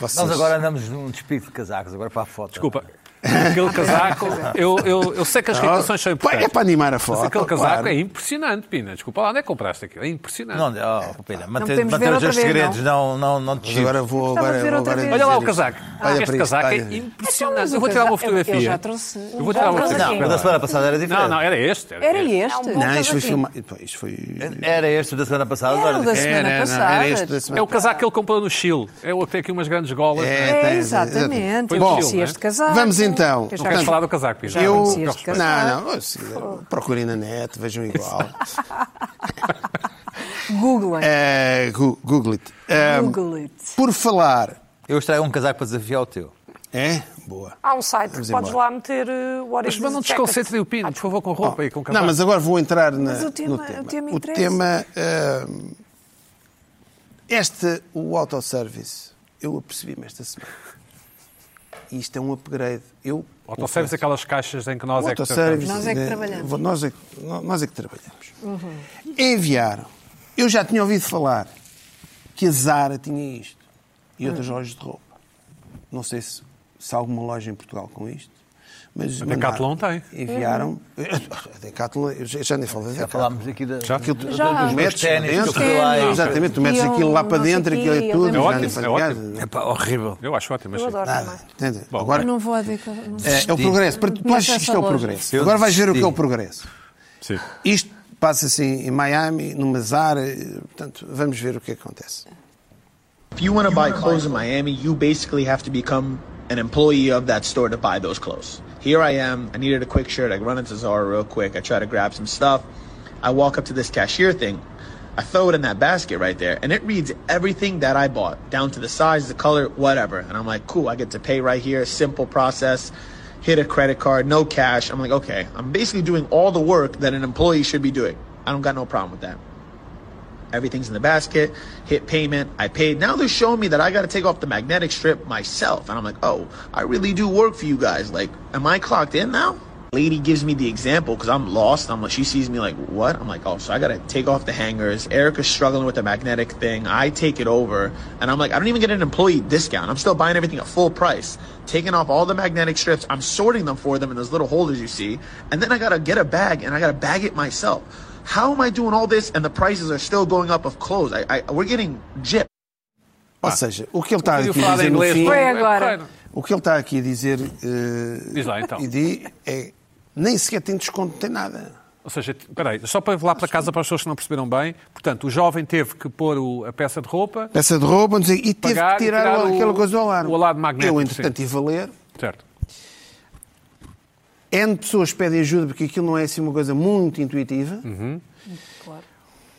Speaker 2: Vocês-
Speaker 4: Nós agora andamos num despido de casacos, agora para a foto.
Speaker 1: Desculpa. Aquele casaco, eu, eu, eu sei que as reações então são
Speaker 2: Pá, É
Speaker 1: importantes.
Speaker 2: para animar a foto.
Speaker 1: Mas aquele casaco
Speaker 2: claro.
Speaker 1: é impressionante, Pina. Desculpa lá, onde é que compraste aquilo? É impressionante.
Speaker 4: Não, oh, Pina, manter,
Speaker 3: podemos ver
Speaker 4: manter os
Speaker 3: outra
Speaker 4: teus
Speaker 3: vez,
Speaker 4: segredos, não, não, não, te
Speaker 2: Mas
Speaker 1: é
Speaker 2: agora vou
Speaker 3: Estava a
Speaker 2: agora,
Speaker 3: dizer
Speaker 2: vou
Speaker 3: outra
Speaker 2: agora
Speaker 3: vez.
Speaker 1: Olha lá o
Speaker 2: dizer isto.
Speaker 1: casaco.
Speaker 2: Olha
Speaker 1: este
Speaker 2: para isto,
Speaker 1: casaco é
Speaker 2: olha.
Speaker 1: impressionante.
Speaker 3: Então, mas
Speaker 1: Eu vou
Speaker 3: o
Speaker 1: tirar uma
Speaker 3: casaco- eu- eu
Speaker 1: fotografia.
Speaker 3: já trouxe um
Speaker 1: Eu vou tirar
Speaker 5: bom
Speaker 1: uma
Speaker 4: Não,
Speaker 5: casaquinho.
Speaker 1: fotografia.
Speaker 4: mas a semana passada era diferente.
Speaker 1: Não,
Speaker 3: é-
Speaker 1: não, era este.
Speaker 3: Era
Speaker 1: este.
Speaker 3: este. É,
Speaker 5: um bom
Speaker 2: Não, isto foi
Speaker 5: casaquinho.
Speaker 2: filmado. pá, Isto
Speaker 1: É
Speaker 2: foi.
Speaker 4: Era este da semana passada,
Speaker 3: Era o
Speaker 4: agora
Speaker 3: da
Speaker 4: é-
Speaker 3: semana
Speaker 2: Era, não,
Speaker 3: passada.
Speaker 2: era este da
Speaker 1: É
Speaker 2: semana
Speaker 1: o casaco que ele comprou no Chile. É o que tem aqui umas grandes golas.
Speaker 2: É,
Speaker 3: É,
Speaker 2: tem-
Speaker 3: exatamente.
Speaker 1: Foi
Speaker 3: Eu
Speaker 1: Bom,
Speaker 3: conhecia
Speaker 1: né?
Speaker 3: este casaco.
Speaker 2: Vamos então.
Speaker 3: Eu já
Speaker 1: Não queres
Speaker 3: conheci-
Speaker 1: falar do casaco, Pina?
Speaker 2: Eu.
Speaker 3: conheci este
Speaker 2: Não,
Speaker 3: casaco.
Speaker 2: não. se- Procurem na net,
Speaker 1: <laughs>
Speaker 2: vejam igual.
Speaker 3: Google it.
Speaker 2: Eh, gu- Google it. Eh,
Speaker 3: Google it.
Speaker 2: Por falar.
Speaker 4: Eu extraio um casaco para desafiar o teu.
Speaker 2: É? Boa.
Speaker 5: Há um site
Speaker 2: Vamos
Speaker 5: que podes
Speaker 2: embora.
Speaker 5: lá meter uh, What
Speaker 1: Mas
Speaker 5: is
Speaker 1: mas não
Speaker 5: this jacket?
Speaker 1: desconcentre o
Speaker 3: Ah,
Speaker 1: Pina, por favor, com roupa e com casaco.
Speaker 2: Oh, Não, mas agora vou entrar na,
Speaker 3: Mas o tema-
Speaker 2: no tema.
Speaker 3: o tema
Speaker 2: o
Speaker 3: interessa.
Speaker 2: tema ehm, este, o autosservice, eu apercebi-me esta semana. E isto é um upgrade. Eu,
Speaker 1: Autosservice, aquelas caixas em que nós
Speaker 2: O
Speaker 1: é que
Speaker 2: autosservice,
Speaker 1: tratamos.
Speaker 3: Nós é que
Speaker 2: eh,
Speaker 3: trabalhamos. Uhum.
Speaker 2: vo- Nós é, que- nó- nós é que trabalhamos. Enviaram. Eu já tinha ouvido falar que a Zara tinha isto e outras
Speaker 3: Uhum.
Speaker 2: lojas de roupa. Não sei se, se há alguma loja em Portugal com isto. Mas
Speaker 1: A Decathlon
Speaker 2: mandaram.
Speaker 1: tem.
Speaker 2: Enviaram. A Decathlon, eu já já nem falei da
Speaker 4: Já
Speaker 2: Decathlon.
Speaker 4: falámos aqui da,
Speaker 1: Já?
Speaker 4: do- do-
Speaker 3: Já.
Speaker 4: dos meus
Speaker 2: Metes lá
Speaker 4: ténis que eu fui lá.
Speaker 3: ténis.
Speaker 4: e-
Speaker 2: Exatamente, tu metes
Speaker 3: E um
Speaker 2: aquilo lá para
Speaker 3: não sei
Speaker 2: dentro,
Speaker 3: quê,
Speaker 2: aquilo é
Speaker 3: eu
Speaker 2: tudo.
Speaker 3: lembro-me.
Speaker 1: É
Speaker 2: já nem
Speaker 1: ótimo,
Speaker 2: falei
Speaker 1: é
Speaker 2: nada.
Speaker 1: ótimo.
Speaker 6: É pá, horrível.
Speaker 1: Eu acho ótimo, mas
Speaker 5: Eu
Speaker 1: sim.
Speaker 5: adoro também.
Speaker 2: Entende?
Speaker 1: Bom, é
Speaker 2: Agora,
Speaker 3: Eu não vou a Decathlon. não sei.
Speaker 2: é, é o progresso. Tu
Speaker 3: Não
Speaker 2: achas que isto é o
Speaker 3: essa loja.
Speaker 2: progresso?
Speaker 4: Eu
Speaker 2: Agora vais ver o que é o
Speaker 4: desisti.
Speaker 2: progresso.
Speaker 1: Sim.
Speaker 2: Isto passa-se em em Miami, numa Zara, eh, portanto, vamos ver o que é que acontece.
Speaker 9: If you want to buy clothes in Miami, you basically have to become an employee of that store to buy those clothes. Here I am. I needed a quick shirt. I run into Zara real quick. I try to grab some stuff. I walk up to this cashier thing. I throw it in that basket right there, and it reads everything that I bought, down to the size, the color, whatever. And I'm like, cool, I get to pay right here. Simple process. Hit a credit card, no cash. I'm like, okay, I'm basically doing all the work that an employee should be doing. I don't got no problem with that. Everything's in the basket. Hit payment. I paid. Now they're showing me that I got to take off the magnetic strip myself. And I'm like, oh, I really do work for you guys. Like, am I clocked in now? Lady gives me the example because I'm lost. I'm like, she sees me like, what? I'm like, oh, so I got to take off the hangers. Erica's struggling with the magnetic thing. I take it over. And I'm like, I don't even get an employee discount. I'm still buying everything at full price. Taking off all the magnetic strips. I'm sorting them for them in those little holders you see. And then I got to get a bag and I got to bag it myself how am I doing all this and the prices are still going up of clothes? I, I we're getting gypped.
Speaker 2: Ou seja, o que ele está
Speaker 1: Ah. Eu
Speaker 2: aqui a
Speaker 1: falar
Speaker 2: Ah, dizer
Speaker 1: em
Speaker 2: no
Speaker 1: inglês.
Speaker 2: fim,
Speaker 1: não é?
Speaker 3: agora.
Speaker 1: Claro.
Speaker 2: o que ele está aqui a dizer, eh,
Speaker 1: Diz lá, então.
Speaker 2: Idi, é nem sequer tem desconto, tem nada.
Speaker 1: Ou seja, t- peraí, só para lá para casa para as pessoas que não perceberam bem, portanto, o jovem teve que pôr o- a peça de roupa,
Speaker 2: Peça de roupa, não sei, e teve
Speaker 1: Pagar
Speaker 2: que
Speaker 1: e
Speaker 2: tirar,
Speaker 1: tirar o-
Speaker 2: aquela coisa do alarme.
Speaker 1: o alarme magnético,
Speaker 2: Eu, entretanto, estive a ler.
Speaker 1: certo?
Speaker 2: N pessoas pedem ajuda porque aquilo não é assim uma coisa muito intuitiva.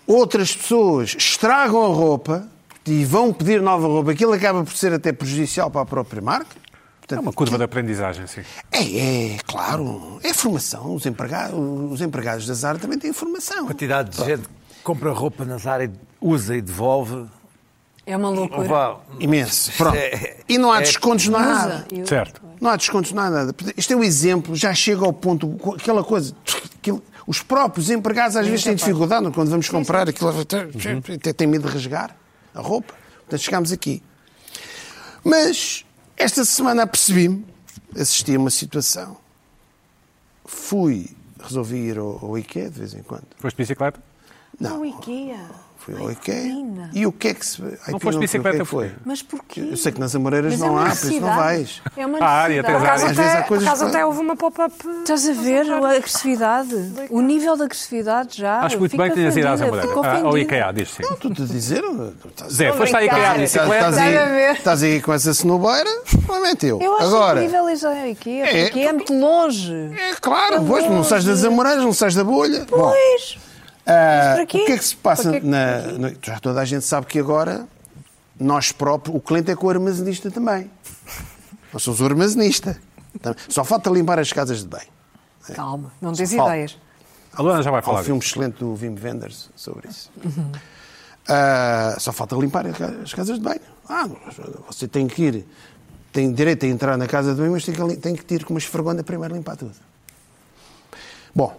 Speaker 2: Outras pessoas estragam a roupa e vão pedir nova roupa. Aquilo acaba por ser até prejudicial para a própria marca.
Speaker 1: É
Speaker 2: Portanto,
Speaker 1: uma curva de aprendizagem, sim.
Speaker 2: É, é, claro. É formação. Os empregados, os empregados da Zara também têm formação.
Speaker 6: Quantidade de gente que compra roupa na Zara e usa e devolve.
Speaker 3: É uma loucura.
Speaker 6: Vá,
Speaker 2: Imenso. Pronto.
Speaker 6: É-
Speaker 2: E não há descontos nada.
Speaker 3: Usa. Eu-
Speaker 1: Certo.
Speaker 2: Não há descontos nada, nada. Isto é um exemplo. Já chega ao ponto... Aquela coisa... aquilo- os próprios empregados às vezes têm dificuldade não? é? quando vamos comprar. Aquilo, até, até têm medo de rasgar a roupa. Portanto, chegámos aqui. Mas esta semana apercebi-me, assisti a uma situação. Fui, resolvi ir ao, ao IKEA de vez em quando.
Speaker 1: Foste de bicicleta?
Speaker 3: O
Speaker 2: Não,
Speaker 3: IKEA.
Speaker 2: fui ao IKEA.
Speaker 3: Pina.
Speaker 2: E o que é que se. Ai, tu
Speaker 1: foste de
Speaker 2: fui,
Speaker 1: bicicleta,
Speaker 2: o que é que foi?
Speaker 3: Mas porquê?
Speaker 2: Eu sei que nas Amoreiras
Speaker 3: Mas é
Speaker 2: não
Speaker 3: uma
Speaker 2: há, por isso não vais.
Speaker 3: necessidade. É uma
Speaker 1: Há área,
Speaker 5: Por
Speaker 1: tens área.
Speaker 5: acaso,
Speaker 2: Às vezes há
Speaker 5: até, por
Speaker 2: coisas
Speaker 5: acaso
Speaker 2: que-
Speaker 5: até houve uma pop-up. eh,
Speaker 3: Estás a ver a agressividade? O nível de agressividade já.
Speaker 1: Acho muito
Speaker 3: Fico
Speaker 1: bem que tenhas ido às
Speaker 3: ofendida,
Speaker 1: Amoreiras.
Speaker 3: fico
Speaker 1: Ah, Ao
Speaker 3: ofendida.
Speaker 1: IKEA, diz sim.
Speaker 2: Tu te dizer. tu Estás,
Speaker 1: Zé, foste
Speaker 3: Tá.
Speaker 1: à IKEA de
Speaker 3: brincar.
Speaker 2: estás, Tá.
Speaker 1: bicicleta?
Speaker 2: estás,
Speaker 3: Estás a
Speaker 2: aí,
Speaker 3: ver?
Speaker 2: estás aí com essa cenobeira? Provavelmente eu.
Speaker 3: Eu acho
Speaker 2: Agora,
Speaker 3: incrível isso ao IKEA,
Speaker 2: É,
Speaker 3: porque é muito longe.
Speaker 2: é claro, pois, não sais das Amoreiras, não sais da bolha. Bom,
Speaker 3: Pois.
Speaker 2: ah,
Speaker 3: para
Speaker 2: o
Speaker 3: quê?
Speaker 2: que é que se passa
Speaker 3: Para quê?
Speaker 2: na. no- já toda a gente sabe que agora nós próprios. O cliente é com o armazenista também. Nós somos o Então, armazenista. Só falta limpar as casas de bem.
Speaker 3: Calma, não tens
Speaker 2: Falta.
Speaker 3: ideias.
Speaker 1: A Luana já vai
Speaker 2: Há
Speaker 1: falar
Speaker 2: um filme
Speaker 1: disso.
Speaker 2: excelente do Wim Wenders sobre isso. Ah, só falta limpar as casas de banho. Ah, mas você tem que ir, tem direito a entrar na casa de banho, mas tem que, li- tem que ir com uma esfregona primeiro limpar tudo. Bom,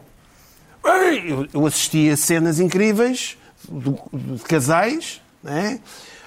Speaker 2: eu, eu assisti a cenas incríveis do- de, casais, né?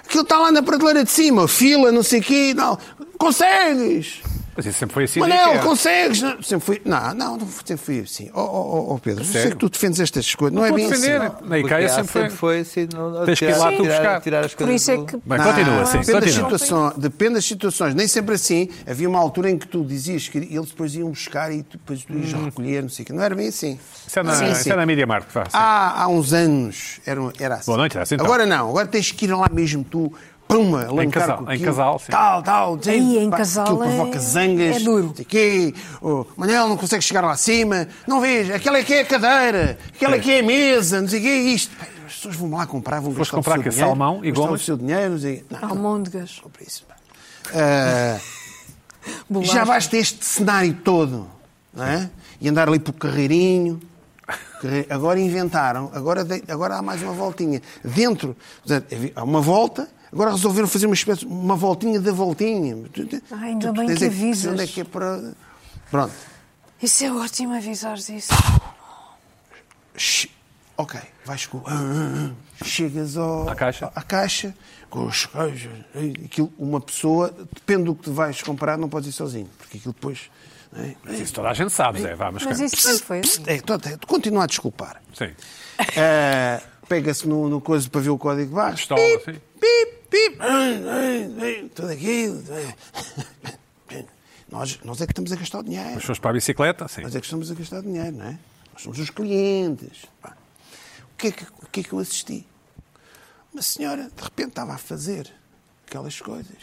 Speaker 2: Aquilo está lá na prateleira de cima, fila, não sei o quê, não. Consegues!
Speaker 1: Mas isso sempre foi assim. nem
Speaker 2: Manel,
Speaker 1: quero.
Speaker 2: consegues? Não, Sempre fui. Não, não, não, sempre fui assim. Oh, oh, oh, oh, Pedro, eu sei
Speaker 1: Sério?
Speaker 2: que tu defendes estas coisas. Não, é
Speaker 1: estou a
Speaker 2: bem assim.
Speaker 1: defender. Na IKEA
Speaker 4: Porque há
Speaker 1: é sempre foi.
Speaker 4: assim, não,
Speaker 1: Tens que ir lá tu
Speaker 4: tirar,
Speaker 1: buscar.
Speaker 4: tirar as
Speaker 3: Por
Speaker 4: coisas
Speaker 3: isso é
Speaker 4: do-
Speaker 3: que
Speaker 1: Bem, continua assim,
Speaker 2: depende, das
Speaker 1: continua.
Speaker 2: situações, depende das situações. Nem sempre assim. Havia uma altura em que tu dizias que eles depois iam buscar e tu- depois tu ias recolher, não sei o quê. Não era bem assim.
Speaker 1: Hum.
Speaker 2: Ah.
Speaker 1: Isso é na,
Speaker 2: Sim,
Speaker 1: isso
Speaker 2: sim.
Speaker 1: é na Media Markt. vá, sim.
Speaker 2: Há, há uns anos era, era assim.
Speaker 1: Boa noite, era assim, então.
Speaker 2: Agora não, agora tens que ir lá mesmo tu, puma, alancar
Speaker 1: casal,
Speaker 2: com
Speaker 1: em
Speaker 2: aquilo,
Speaker 1: casal, sim.
Speaker 2: Tal, tal, dizer,
Speaker 3: Aí, em
Speaker 2: pá,
Speaker 3: casal
Speaker 2: aquilo
Speaker 3: é-
Speaker 2: provoca zangas.
Speaker 3: é duro.
Speaker 2: não sei Quê, oh, Manel não consegue chegar lá acima, não vês, aquela é que é a cadeira, aquela é que é a mesa, não sei o quê, isto. Pá, As pessoas vão lá comprar, vão
Speaker 1: Foste
Speaker 2: gastar
Speaker 1: comprar
Speaker 2: o seu
Speaker 1: quê?
Speaker 2: dinheiro,
Speaker 1: Salmão e
Speaker 2: gastar
Speaker 1: gomas?
Speaker 2: é o seu dinheiro, não sei o quê. Não, não
Speaker 3: almôndegas,
Speaker 2: compra isso. pá. Ah,
Speaker 3: bolacha.
Speaker 2: já basta este cenário todo, não é? E andar ali pelo carreirinho. Carre- Agora inventaram, agora, de- agora há mais uma voltinha. Dentro, portanto, havia- há uma volta, agora resolveram fazer uma espécie, uma voltinha da voltinha.
Speaker 3: Ai, ainda
Speaker 2: Tu- tu
Speaker 3: bem
Speaker 2: tens
Speaker 3: que
Speaker 2: é perceber
Speaker 3: avisas.
Speaker 2: Onde é que é para... Pronto.
Speaker 3: Isso é ótimo avisares isso.
Speaker 2: Che- Ok, vais com. "Ah, Chegas ao,
Speaker 1: À caixa.
Speaker 2: à caixa, com os queijos, aquilo, uma pessoa, depende do que tu vais comprar, não podes ir sozinho, porque aquilo depois. não é?
Speaker 1: Isso toda a gente sabe, Zé. Vá, mas
Speaker 3: Mas
Speaker 1: calma.
Speaker 3: isso sempre foi assim.
Speaker 2: É, tu- tu- tu continua a
Speaker 3: <laughs>
Speaker 2: desculpar.
Speaker 1: Sim.
Speaker 2: Eh, Pega-se no, no coisa para ver o código de barra.
Speaker 1: Pistola,
Speaker 2: pip,
Speaker 1: sim.
Speaker 2: pip, pip, ai, ai, ai, tudo aquilo. ai. <laughs> Nós, nós é que estamos a gastar o dinheiro.
Speaker 1: Mas foste para a bicicleta? Sim.
Speaker 2: Nós é que estamos a gastar dinheiro, não é? Nós somos os clientes. Pá. O que é que, o que, é que eu assisti? Uma senhora, de repente, estava a fazer aquelas coisas.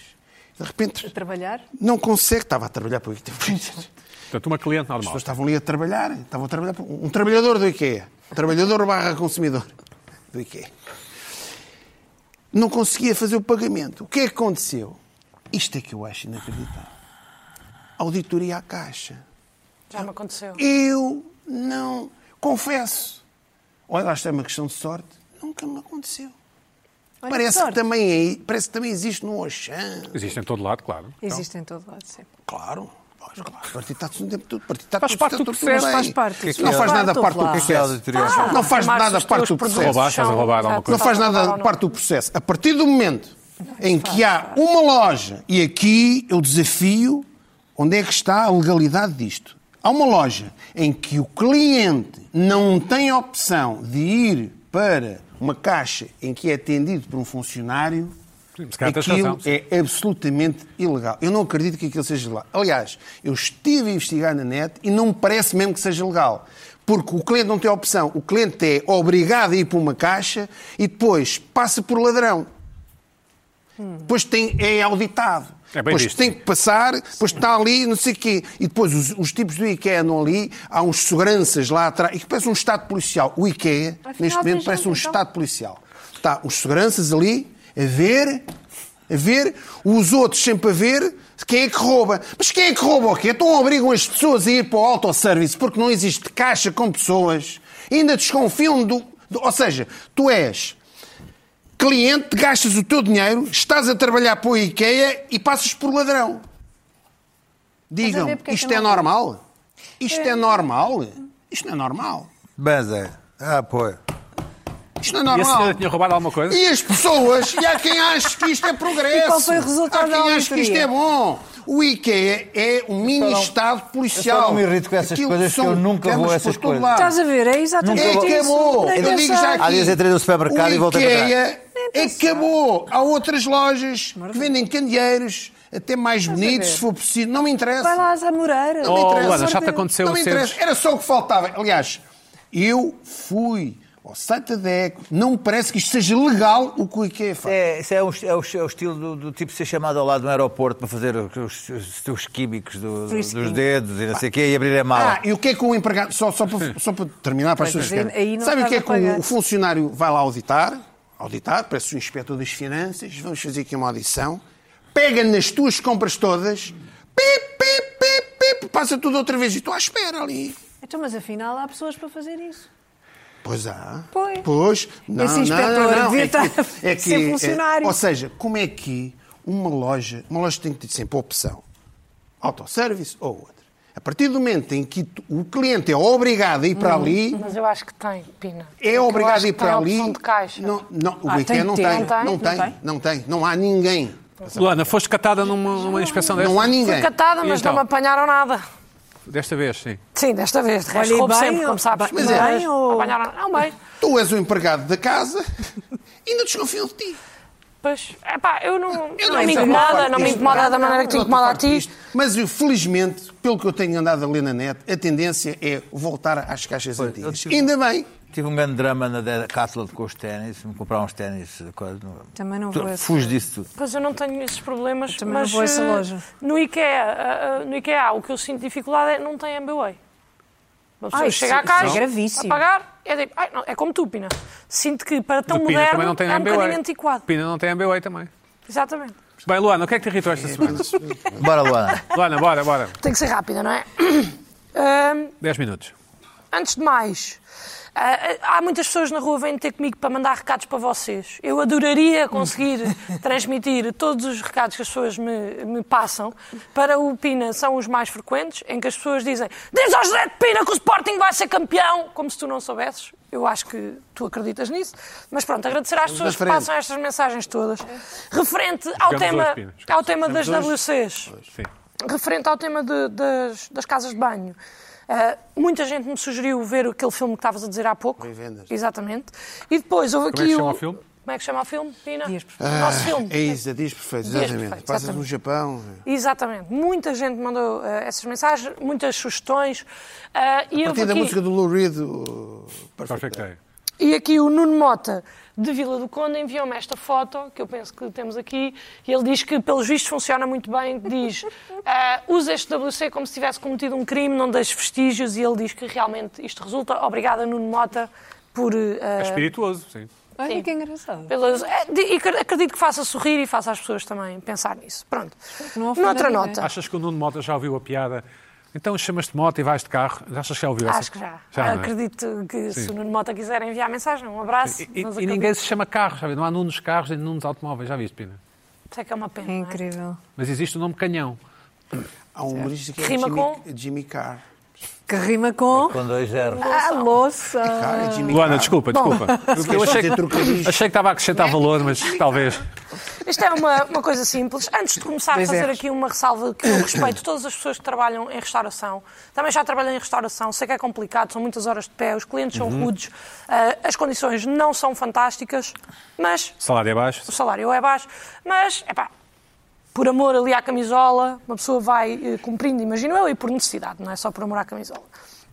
Speaker 2: De repente,
Speaker 3: Trabalhar?
Speaker 2: não consegue. Estava a trabalhar para o IKEA.
Speaker 1: Portanto, uma cliente
Speaker 2: As
Speaker 1: normal.
Speaker 2: pessoas estavam ali a trabalhar, estavam a trabalhar para um trabalhador do IKEA, trabalhador barra consumidor do IKEA. Não conseguia fazer o pagamento. O que é que aconteceu? Isto é que eu acho inacreditável. Auditoria à Caixa.
Speaker 5: Já me aconteceu.
Speaker 2: Eu não confesso. Olha, acho que é uma questão de sorte. Nunca me aconteceu.
Speaker 3: Olha,
Speaker 2: parece, que
Speaker 3: sorte.
Speaker 2: também, é- parece que também existe no Oxan.
Speaker 1: Existe em todo lado, claro. Então,
Speaker 3: Existe em todo lado, sim.
Speaker 2: Claro. Pois, claro. Partido-se no tempo todo. Partido-se
Speaker 1: Faz
Speaker 2: tudo,
Speaker 1: parte do
Speaker 2: tudo
Speaker 1: processo,
Speaker 2: bem.
Speaker 3: faz parte.
Speaker 2: Não
Speaker 3: Faz
Speaker 2: faz
Speaker 3: parte,
Speaker 2: nada parte do
Speaker 3: lá.
Speaker 4: Que é a
Speaker 2: processo.
Speaker 4: auditoria?
Speaker 2: Não faz
Speaker 5: Marcos,
Speaker 2: nada
Speaker 5: os
Speaker 2: parte do processo.
Speaker 5: teus produtos
Speaker 1: Roubaste, estás a
Speaker 5: são-
Speaker 1: roubar alguma
Speaker 5: já
Speaker 2: Não
Speaker 1: coisa.
Speaker 2: faz
Speaker 5: estás a roubar
Speaker 2: nada
Speaker 5: ou não?
Speaker 2: parte do processo. A partir do momento em que há uma loja, e aqui eu desafio onde é que está a legalidade disto. Há uma loja em que o cliente não tem opção de ir para uma caixa em que é atendido por um funcionário,
Speaker 1: Sim, se calhar tens
Speaker 2: aquilo
Speaker 1: razão, sim.
Speaker 2: é absolutamente ilegal. Eu não acredito que aquilo seja legal. Aliás, eu estive a investigar na net e não me parece mesmo que seja legal. Porque o cliente não tem opção. O cliente é obrigado a ir para uma caixa e depois passa por ladrão. Depois tem, é auditado.
Speaker 1: É bem
Speaker 2: depois
Speaker 1: visto.
Speaker 2: tem que passar, depois está ali, não sei o quê. E depois os, os tipos do IKEA andam ali, há uns seguranças lá atrás, e que parece um Estado policial. O IKEA,
Speaker 3: Afinal,
Speaker 2: neste momento,
Speaker 3: tens
Speaker 2: parece um
Speaker 3: razão.
Speaker 2: Estado policial. Está os seguranças ali, a ver, a ver, os outros sempre a ver quem é que rouba. Mas quem é que rouba o quê? Então obrigam as pessoas a ir para o autosservice porque não existe caixa com pessoas. Ainda desconfiam do. do- Ou seja, tu és cliente, gastas o teu dinheiro, estás a trabalhar para o IKEA e passas por ladrão. Digam,
Speaker 3: porque é que
Speaker 2: isto
Speaker 3: não
Speaker 2: é
Speaker 3: há-
Speaker 2: normal? Isto é normal? Isto não é normal.
Speaker 4: Bem, Zé. Ah, pô.
Speaker 2: Isto não é
Speaker 1: E a
Speaker 2: normal.
Speaker 1: senhora tinha roubado alguma coisa?
Speaker 2: E as pessoas, e há quem ache que isto é progresso.
Speaker 3: E qual foi o resultado
Speaker 2: Há
Speaker 3: da
Speaker 2: quem ache que isto
Speaker 3: auditoria?
Speaker 2: é bom. O IKEA é um mini-estado policial.
Speaker 4: eu só não me irrito com essas coisas, que
Speaker 2: são
Speaker 4: eu nunca vou
Speaker 2: camas
Speaker 4: a essas
Speaker 2: por todo
Speaker 4: coisas.
Speaker 2: lado.
Speaker 3: Estás a ver? É
Speaker 2: É,
Speaker 3: exatamente
Speaker 4: Nunca vou-
Speaker 3: isso.
Speaker 2: acabou.
Speaker 3: Nem
Speaker 2: Eu digo
Speaker 3: pensar.
Speaker 2: já aqui.
Speaker 4: Há dias entrei no supermercado
Speaker 2: o
Speaker 4: e voltei para
Speaker 2: IKEA
Speaker 3: Nem pensar.
Speaker 2: é acabou. Há outras lojas que vendem candeeiros, até mais
Speaker 3: a
Speaker 2: bonitos,
Speaker 3: ver?
Speaker 2: se for possível. Não me interessa.
Speaker 3: Vai lá às Amoreiras.
Speaker 2: Não me
Speaker 1: Oh,
Speaker 2: interessa.
Speaker 1: Luana, já te aconteceu
Speaker 2: Não me
Speaker 1: um
Speaker 2: interessa. Era só o que faltava. Aliás, eu fui ao site da DECO. Não me parece que isto seja legal o que o IKEA faz.
Speaker 4: É, isso é o, é o- é o estilo do, do tipo ser chamado ao lado do aeroporto para fazer os, os teus químicos do-
Speaker 3: Free skin.
Speaker 4: dos dedos e não sei o quê e abrir a mala.
Speaker 2: Ah, e o que é que o empregado. Só,
Speaker 1: <laughs>
Speaker 2: só, para, só para terminar, para as
Speaker 3: Pois,
Speaker 2: pessoas
Speaker 3: mas aí-
Speaker 2: ficarem.
Speaker 3: aí não
Speaker 2: Sabe o que é que
Speaker 3: estás a
Speaker 2: o,
Speaker 3: pagar.
Speaker 2: o funcionário vai lá auditar? Auditar, parece o inspetor das finanças. Vamos fazer aqui uma audição. Pega nas tuas compras todas. Pip, pip, pip, pip. Passa tudo outra vez. E tu à espera ali.
Speaker 3: Então, mas afinal há pessoas para fazer isso.
Speaker 2: Pois há.
Speaker 3: Pois.
Speaker 2: Pois. Não,
Speaker 3: Esse
Speaker 2: não,
Speaker 3: inspetor
Speaker 2: não, não.
Speaker 3: devia
Speaker 2: É
Speaker 3: estar
Speaker 2: que-
Speaker 3: a
Speaker 2: é
Speaker 3: ser
Speaker 2: que- é-
Speaker 3: funcionário.
Speaker 2: ou seja, como é que uma loja, uma loja tem que ter sempre a opção, autosservice ou outra. A partir do momento em que tu- o cliente é obrigado a ir
Speaker 3: Hum.
Speaker 2: para ali,
Speaker 5: Mas eu acho que tem, Pina.
Speaker 2: é
Speaker 5: Eu
Speaker 2: obrigado
Speaker 5: acho
Speaker 2: a ir
Speaker 5: que tem
Speaker 2: para ali.
Speaker 5: opção de caixa.
Speaker 2: Não, não, o
Speaker 3: Ah,
Speaker 2: BT
Speaker 3: tem que
Speaker 2: não,
Speaker 3: ter,
Speaker 2: tem,
Speaker 3: não
Speaker 5: tem?
Speaker 2: não tem,
Speaker 3: Não tem?
Speaker 2: não tem, não há ninguém.
Speaker 1: Luana, foste catada numa, numa inspeção desta,
Speaker 2: Não há
Speaker 5: Fui
Speaker 2: ninguém.
Speaker 5: catada, mas
Speaker 1: Então.
Speaker 5: não me apanharam nada.
Speaker 1: desta vez, sim.
Speaker 5: Sim, desta vez. De resto,
Speaker 3: Olha, e
Speaker 5: roubo
Speaker 3: bem,
Speaker 5: sempre,
Speaker 3: ou-
Speaker 5: como sabes.
Speaker 3: bem,
Speaker 5: Mas eh,
Speaker 3: bem, ou-
Speaker 5: Apanharam... Não, bem.
Speaker 2: Tu és o empregado da casa <laughs> e ainda desconfiam de ti.
Speaker 5: Pois, é pá, eu não,
Speaker 2: Eu
Speaker 5: não me
Speaker 2: sei
Speaker 5: incomoda,
Speaker 2: como
Speaker 5: não me
Speaker 2: isto-
Speaker 5: incomoda da maneira que te
Speaker 2: Não,
Speaker 5: incomoda a
Speaker 2: não,
Speaker 5: ti.
Speaker 2: isto- Mas eu, felizmente, pelo que eu tenho andado a ler na net, a tendência é voltar às caixas antigas.
Speaker 4: tive-
Speaker 2: Ainda bem.
Speaker 4: Tive um grande drama na Decathlon com os ténis, me comprar uns ténis. coisa,
Speaker 3: Também não
Speaker 4: Tu-
Speaker 3: vou a essa
Speaker 4: Fujo disso tudo.
Speaker 5: Pois eu não tenho esses problemas.
Speaker 3: também não
Speaker 5: mas,
Speaker 3: vou a essa
Speaker 5: eh,
Speaker 3: loja.
Speaker 5: No IKEA, ah, ah, no IKEA, o que eu sinto dificuldade é não tem MBA. Uma pessoa
Speaker 3: Ah, isso-
Speaker 5: chega à
Speaker 3: isso é
Speaker 5: casa,
Speaker 3: gravíssimo.
Speaker 5: a pagar, é, tipo, ai, não, é como tu, Pina. Sinto que para tão
Speaker 1: O Pina também não
Speaker 5: moderno
Speaker 1: tem
Speaker 5: é um
Speaker 1: MBA.
Speaker 5: bocadinho antiquado.
Speaker 1: Pina não tem MBA também.
Speaker 5: Exatamente.
Speaker 1: Bem, Luana, o que é que te irritou esta
Speaker 2: <laughs>
Speaker 1: semana?
Speaker 4: Bora, Luana.
Speaker 1: Luana, bora, bora.
Speaker 5: Tem que ser rápida, não é? <clears throat> Ahm,
Speaker 1: 10 minutos.
Speaker 5: Antes de mais, ah, ah, há muitas pessoas na rua que vêm ter comigo para mandar recados para vocês. Eu adoraria conseguir transmitir todos os recados que as pessoas me, me passam. Para o Pina são os mais frequentes, em que as pessoas dizem diz ao José de Pina que o Sporting vai ser campeão, como se tu não soubesses. Eu acho que tu acreditas nisso. Mas pronto, agradecer às pessoas que
Speaker 2: frente. É.
Speaker 5: passam estas mensagens todas. Referente ao
Speaker 1: Jogamos
Speaker 5: tema,
Speaker 1: hoje, Pina.
Speaker 5: ao tema das
Speaker 2: Jogamos
Speaker 5: WCs
Speaker 1: Sim.
Speaker 5: referente ao tema de- das, das casas de banho, ah, muita gente me sugeriu ver aquele filme que estavas a dizer há pouco.
Speaker 2: Revendas.
Speaker 5: Exatamente. E depois houve
Speaker 1: Como é que
Speaker 5: aqui.
Speaker 1: se chama
Speaker 5: um-
Speaker 1: o filme?
Speaker 5: Como é que se chama o filme, Pina?
Speaker 3: Dias
Speaker 5: O nosso filme.
Speaker 2: É isso, é diz perfeito,
Speaker 5: Dias
Speaker 2: exatamente.
Speaker 5: perfeitos,
Speaker 2: Passas no
Speaker 5: exatamente.
Speaker 2: Japão.
Speaker 5: Exatamente. Muita gente mandou ah, essas mensagens, muitas sugestões. Ah, e
Speaker 2: A
Speaker 5: houve
Speaker 2: partir da
Speaker 5: aqui-
Speaker 2: música do Lou Reed, o...
Speaker 1: Perfect Day.
Speaker 5: E aqui o Nuno Mota, de Vila do Conde, enviou-me esta foto, que eu penso que temos aqui, e ele diz que, pelos vistos, funciona muito bem. Diz, ah, usa este WC como se tivesse cometido um crime, não deixe vestígios, e ele diz que realmente isto resulta. Obrigada, Nuno Mota, por... ah,
Speaker 1: É espirituoso, sim.
Speaker 3: Olha que engraçado.
Speaker 5: pelas- é, de- e acre- acredito que faça sorrir e faça as pessoas também pensar nisso. Pronto.
Speaker 3: não ofenda
Speaker 5: Noutra
Speaker 3: ninguém.
Speaker 5: nota.
Speaker 1: Achas que o Nuno Mota já ouviu a piada? Então chamas-te moto e vais de carro. Achas que já ouviu essa?
Speaker 5: Acho que já.
Speaker 1: não é?
Speaker 5: acredito que, se
Speaker 1: Sim.
Speaker 5: o Nuno Mota quiser enviar mensagem, um abraço.
Speaker 1: E, e
Speaker 5: mas
Speaker 1: ninguém
Speaker 5: acredito.
Speaker 1: se chama carro, já vi? Não há Nunos carros nem Nunos automóveis, já viste, Pina?
Speaker 5: Sei que é uma pena.
Speaker 3: É
Speaker 5: não é?
Speaker 3: incrível.
Speaker 1: Mas existe o nome canhão.
Speaker 2: Há um humorista que é
Speaker 5: Rima
Speaker 2: Jimmy,
Speaker 5: com?
Speaker 2: Jimmy Carr.
Speaker 3: Que rima com
Speaker 4: Com dois zero.
Speaker 5: Ah,
Speaker 3: a louça.
Speaker 2: Carr é Jimmy
Speaker 1: Luana,
Speaker 2: Carr.
Speaker 1: desculpa,
Speaker 5: <laughs>
Speaker 1: desculpa. Ah. Eu achei, que- achei que estava a acrescentar
Speaker 5: Né?
Speaker 1: valor, mas talvez.
Speaker 5: Isto é uma, uma coisa simples. Antes de começar a
Speaker 3: Pois é.
Speaker 5: fazer aqui uma ressalva que eu respeito todas as pessoas que trabalham em restauração. Também já trabalhei em restauração, sei que é complicado, são muitas horas de pé, os clientes são rudes, ah, as condições não são fantásticas, mas
Speaker 1: Salário abaixo.
Speaker 5: o salário é baixo, mas, epá, por amor ali à camisola, uma pessoa vai eh, cumprindo, imagino eu, e por necessidade, não é só por amor à camisola.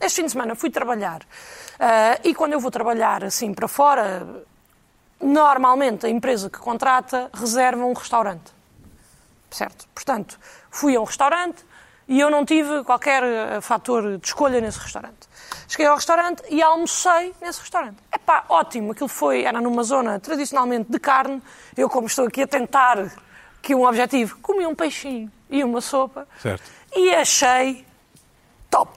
Speaker 5: Este fim de semana fui trabalhar ah, e quando eu vou trabalhar assim para fora, normalmente a empresa que contrata reserva um restaurante. Certo? Portanto, fui a um restaurante e eu não tive qualquer eh, fator de escolha nesse restaurante. Cheguei ao restaurante e almocei nesse restaurante. Epá, ótimo, aquilo foi, era numa zona tradicionalmente de carne. Eu, como estou aqui a tentar que um objetivo, comi um peixinho e uma sopa
Speaker 1: Certo.
Speaker 5: e achei top.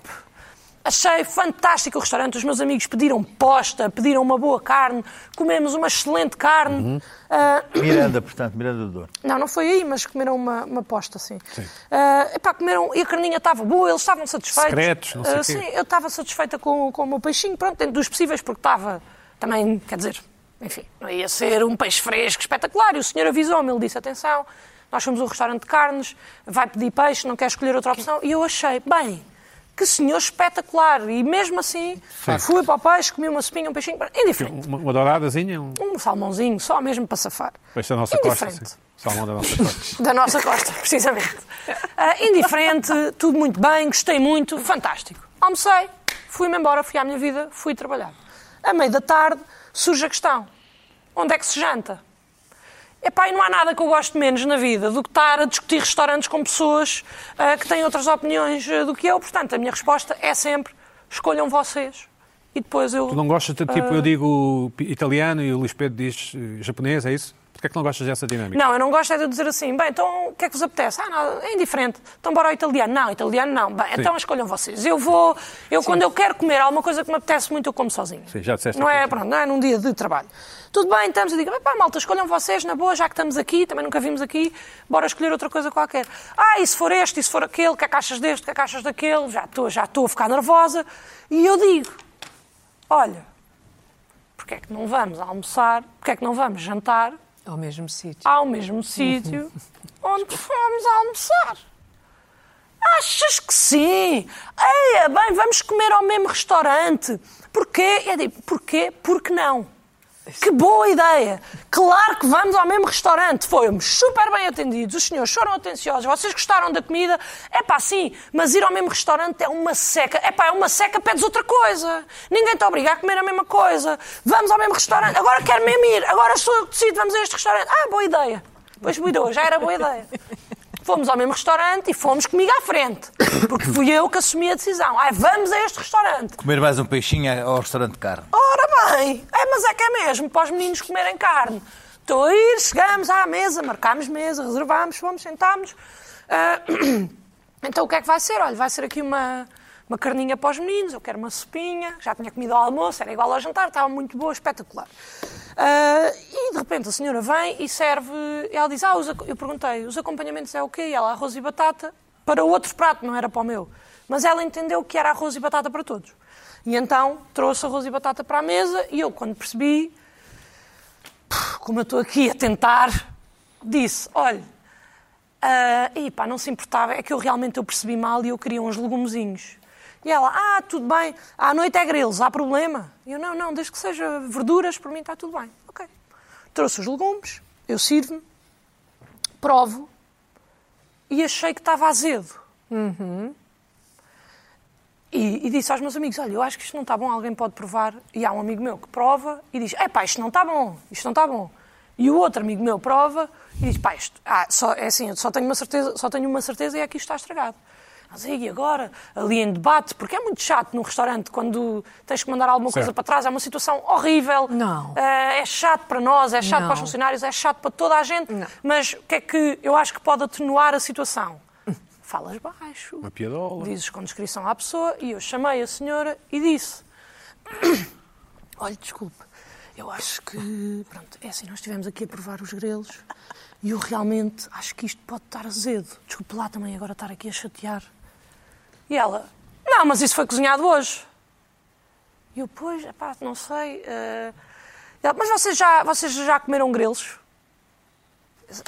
Speaker 5: Achei fantástico o restaurante. Os meus amigos pediram posta, pediram uma boa carne, comemos uma excelente carne. Ah,
Speaker 4: Miranda, portanto, Miranda do Douro.
Speaker 5: não, não foi aí, mas comeram uma, uma posta, sim. Ah, epá, comeram, e a carninha estava boa, eles estavam satisfeitos.
Speaker 1: Secretos, não sei
Speaker 5: Ah,
Speaker 1: quê.
Speaker 5: Sim, eu estava satisfeita com, com o meu peixinho, pronto, dentro dos possíveis, porque estava também, quer dizer, enfim, não ia ser um peixe fresco espetacular. E o senhor avisou-me, ele disse, atenção, nós somos um restaurante de carnes, vai pedir peixe, não quer escolher outra opção. E eu achei, bem, que senhor espetacular. E mesmo assim, fui para o peixe, comi uma sopinha, um peixinho, indiferente.
Speaker 1: Uma, uma douradazinha, um
Speaker 5: Um salmãozinho, só mesmo para safar.
Speaker 1: peixe da nossa costa.
Speaker 5: indiferente.
Speaker 1: Sim. Salmão da nossa costa.
Speaker 5: <laughs> Da nossa costa, precisamente. Ah, indiferente, tudo muito bem, gostei muito, fantástico. Almocei, fui-me embora, fui à minha vida, fui trabalhar. A meio da tarde surge a questão: onde é que se janta? Epá, e não há nada que eu gosto menos na vida do que estar a discutir restaurantes com pessoas ah, que têm outras opiniões ah, do que eu. Portanto, a minha resposta é sempre: escolham vocês. E depois eu. Ah.
Speaker 1: Tu não gostas de, tipo, eu digo pi- italiano e o Luís Pedro diz eh, japonês, é isso? Porque é que não gostas dessa dinâmica?
Speaker 5: Não, eu não gosto é de dizer assim, bem, então o que é que vos apetece? Ah, não, é indiferente. Então bora ao italiano. Não, italiano não. Bem, então escolham vocês. Eu vou, eu quando eu quero comer alguma coisa que me apetece muito, eu como sozinho.
Speaker 1: Sim, já disseste
Speaker 5: Não
Speaker 1: aqui,
Speaker 5: é,
Speaker 1: sim.
Speaker 5: pronto, não é num dia de trabalho. Tudo bem, estamos a dizer, pá, malta, escolham vocês, na boa, já que estamos aqui, também nunca vimos aqui, bora escolher outra coisa qualquer. Ah, e se for este, e se for aquele, que é caixas deste, que é caixas daquele, já estou já estou a ficar nervosa. E eu digo, olha, porque é que não vamos almoçar, porque é que não vamos jantar
Speaker 3: Ao É mesmo sítio.
Speaker 5: ao mesmo sítio onde fomos almoçar. Achas que sim? Ei, bem, vamos comer ao mesmo restaurante. Porquê? Eu digo, porquê? Porque não. Que boa ideia! Claro que vamos ao mesmo restaurante. Fomos super bem atendidos, os senhores foram atenciosos, vocês gostaram da comida. É pá, sim, mas ir ao mesmo restaurante é uma seca. É pá, é uma seca, pedes outra coisa. Ninguém te obriga a comer a mesma coisa. Vamos ao mesmo restaurante. Agora quero mesmo ir. Agora sou eu que decido, vamos a este restaurante. Ah, boa ideia. Pois mudou, já era boa ideia. Fomos ao mesmo restaurante e fomos comigo à frente. Porque fui eu que assumi a decisão. Ai, vamos a este restaurante.
Speaker 4: Comer mais um peixinho ao restaurante caro.
Speaker 5: Ora bem, é, mas é que é mesmo, para os meninos comerem carne. Estou a ir, chegamos à mesa, marcámos mesa, reservámos, fomos, sentámos. Ah, então o que é que vai ser? Olha, vai ser aqui uma, uma carninha para os meninos, eu quero uma sopinha, já tinha comido ao almoço, era igual ao jantar, estava muito boa, espetacular. Ah, e de repente a senhora vem e serve, ela diz, ah, os ac- eu perguntei, os acompanhamentos é o quê? E ela, arroz e batata, para outro prato, não era para o meu. Mas ela entendeu que era arroz e batata para todos. E então trouxe arroz e batata para a mesa e eu, quando percebi, puf, como eu estou aqui a tentar, disse: olha, ah, e pá, não se importava, é que eu realmente eu percebi mal e eu queria uns legumezinhos. E ela, ah, tudo bem, à noite é grelos, há problema? E eu, não, não, desde que seja verduras, para mim está tudo bem. Ok. Trouxe os legumes, eu sirvo-me, provo e achei que estava azedo. E, e disse aos meus amigos: Olha, eu acho que isto não está bom, alguém pode provar. E há um amigo meu que prova e diz: É pá, isto não está bom, isto não está bom. E o outro amigo meu prova e diz: Pá, isto ah, só, é assim, eu só tenho uma certeza, só tenho uma certeza e é que isto está estragado. Mas aí agora, ali em debate, porque é muito chato num restaurante quando tens que mandar alguma coisa
Speaker 1: Certo.
Speaker 5: para trás, é uma situação horrível.
Speaker 3: Não.
Speaker 5: Eh, é chato para nós, é chato
Speaker 3: Não.
Speaker 5: para os funcionários, é chato para toda a gente,
Speaker 3: Não.
Speaker 5: mas o que é que eu acho que pode atenuar a situação? Falas baixo.
Speaker 1: Uma piadola.
Speaker 5: Dizes com descrição à pessoa e eu chamei a senhora e disse: <coughs> Olha, desculpe, eu acho que. Pronto, é assim, nós estivemos aqui a provar os grelos e eu realmente acho que isto pode estar azedo. Desculpe lá também agora estar aqui a chatear. E ela: Não, mas isso foi cozinhado hoje. E eu, pois, epá, não sei. eh." Ela, mas vocês já, vocês já comeram grelos?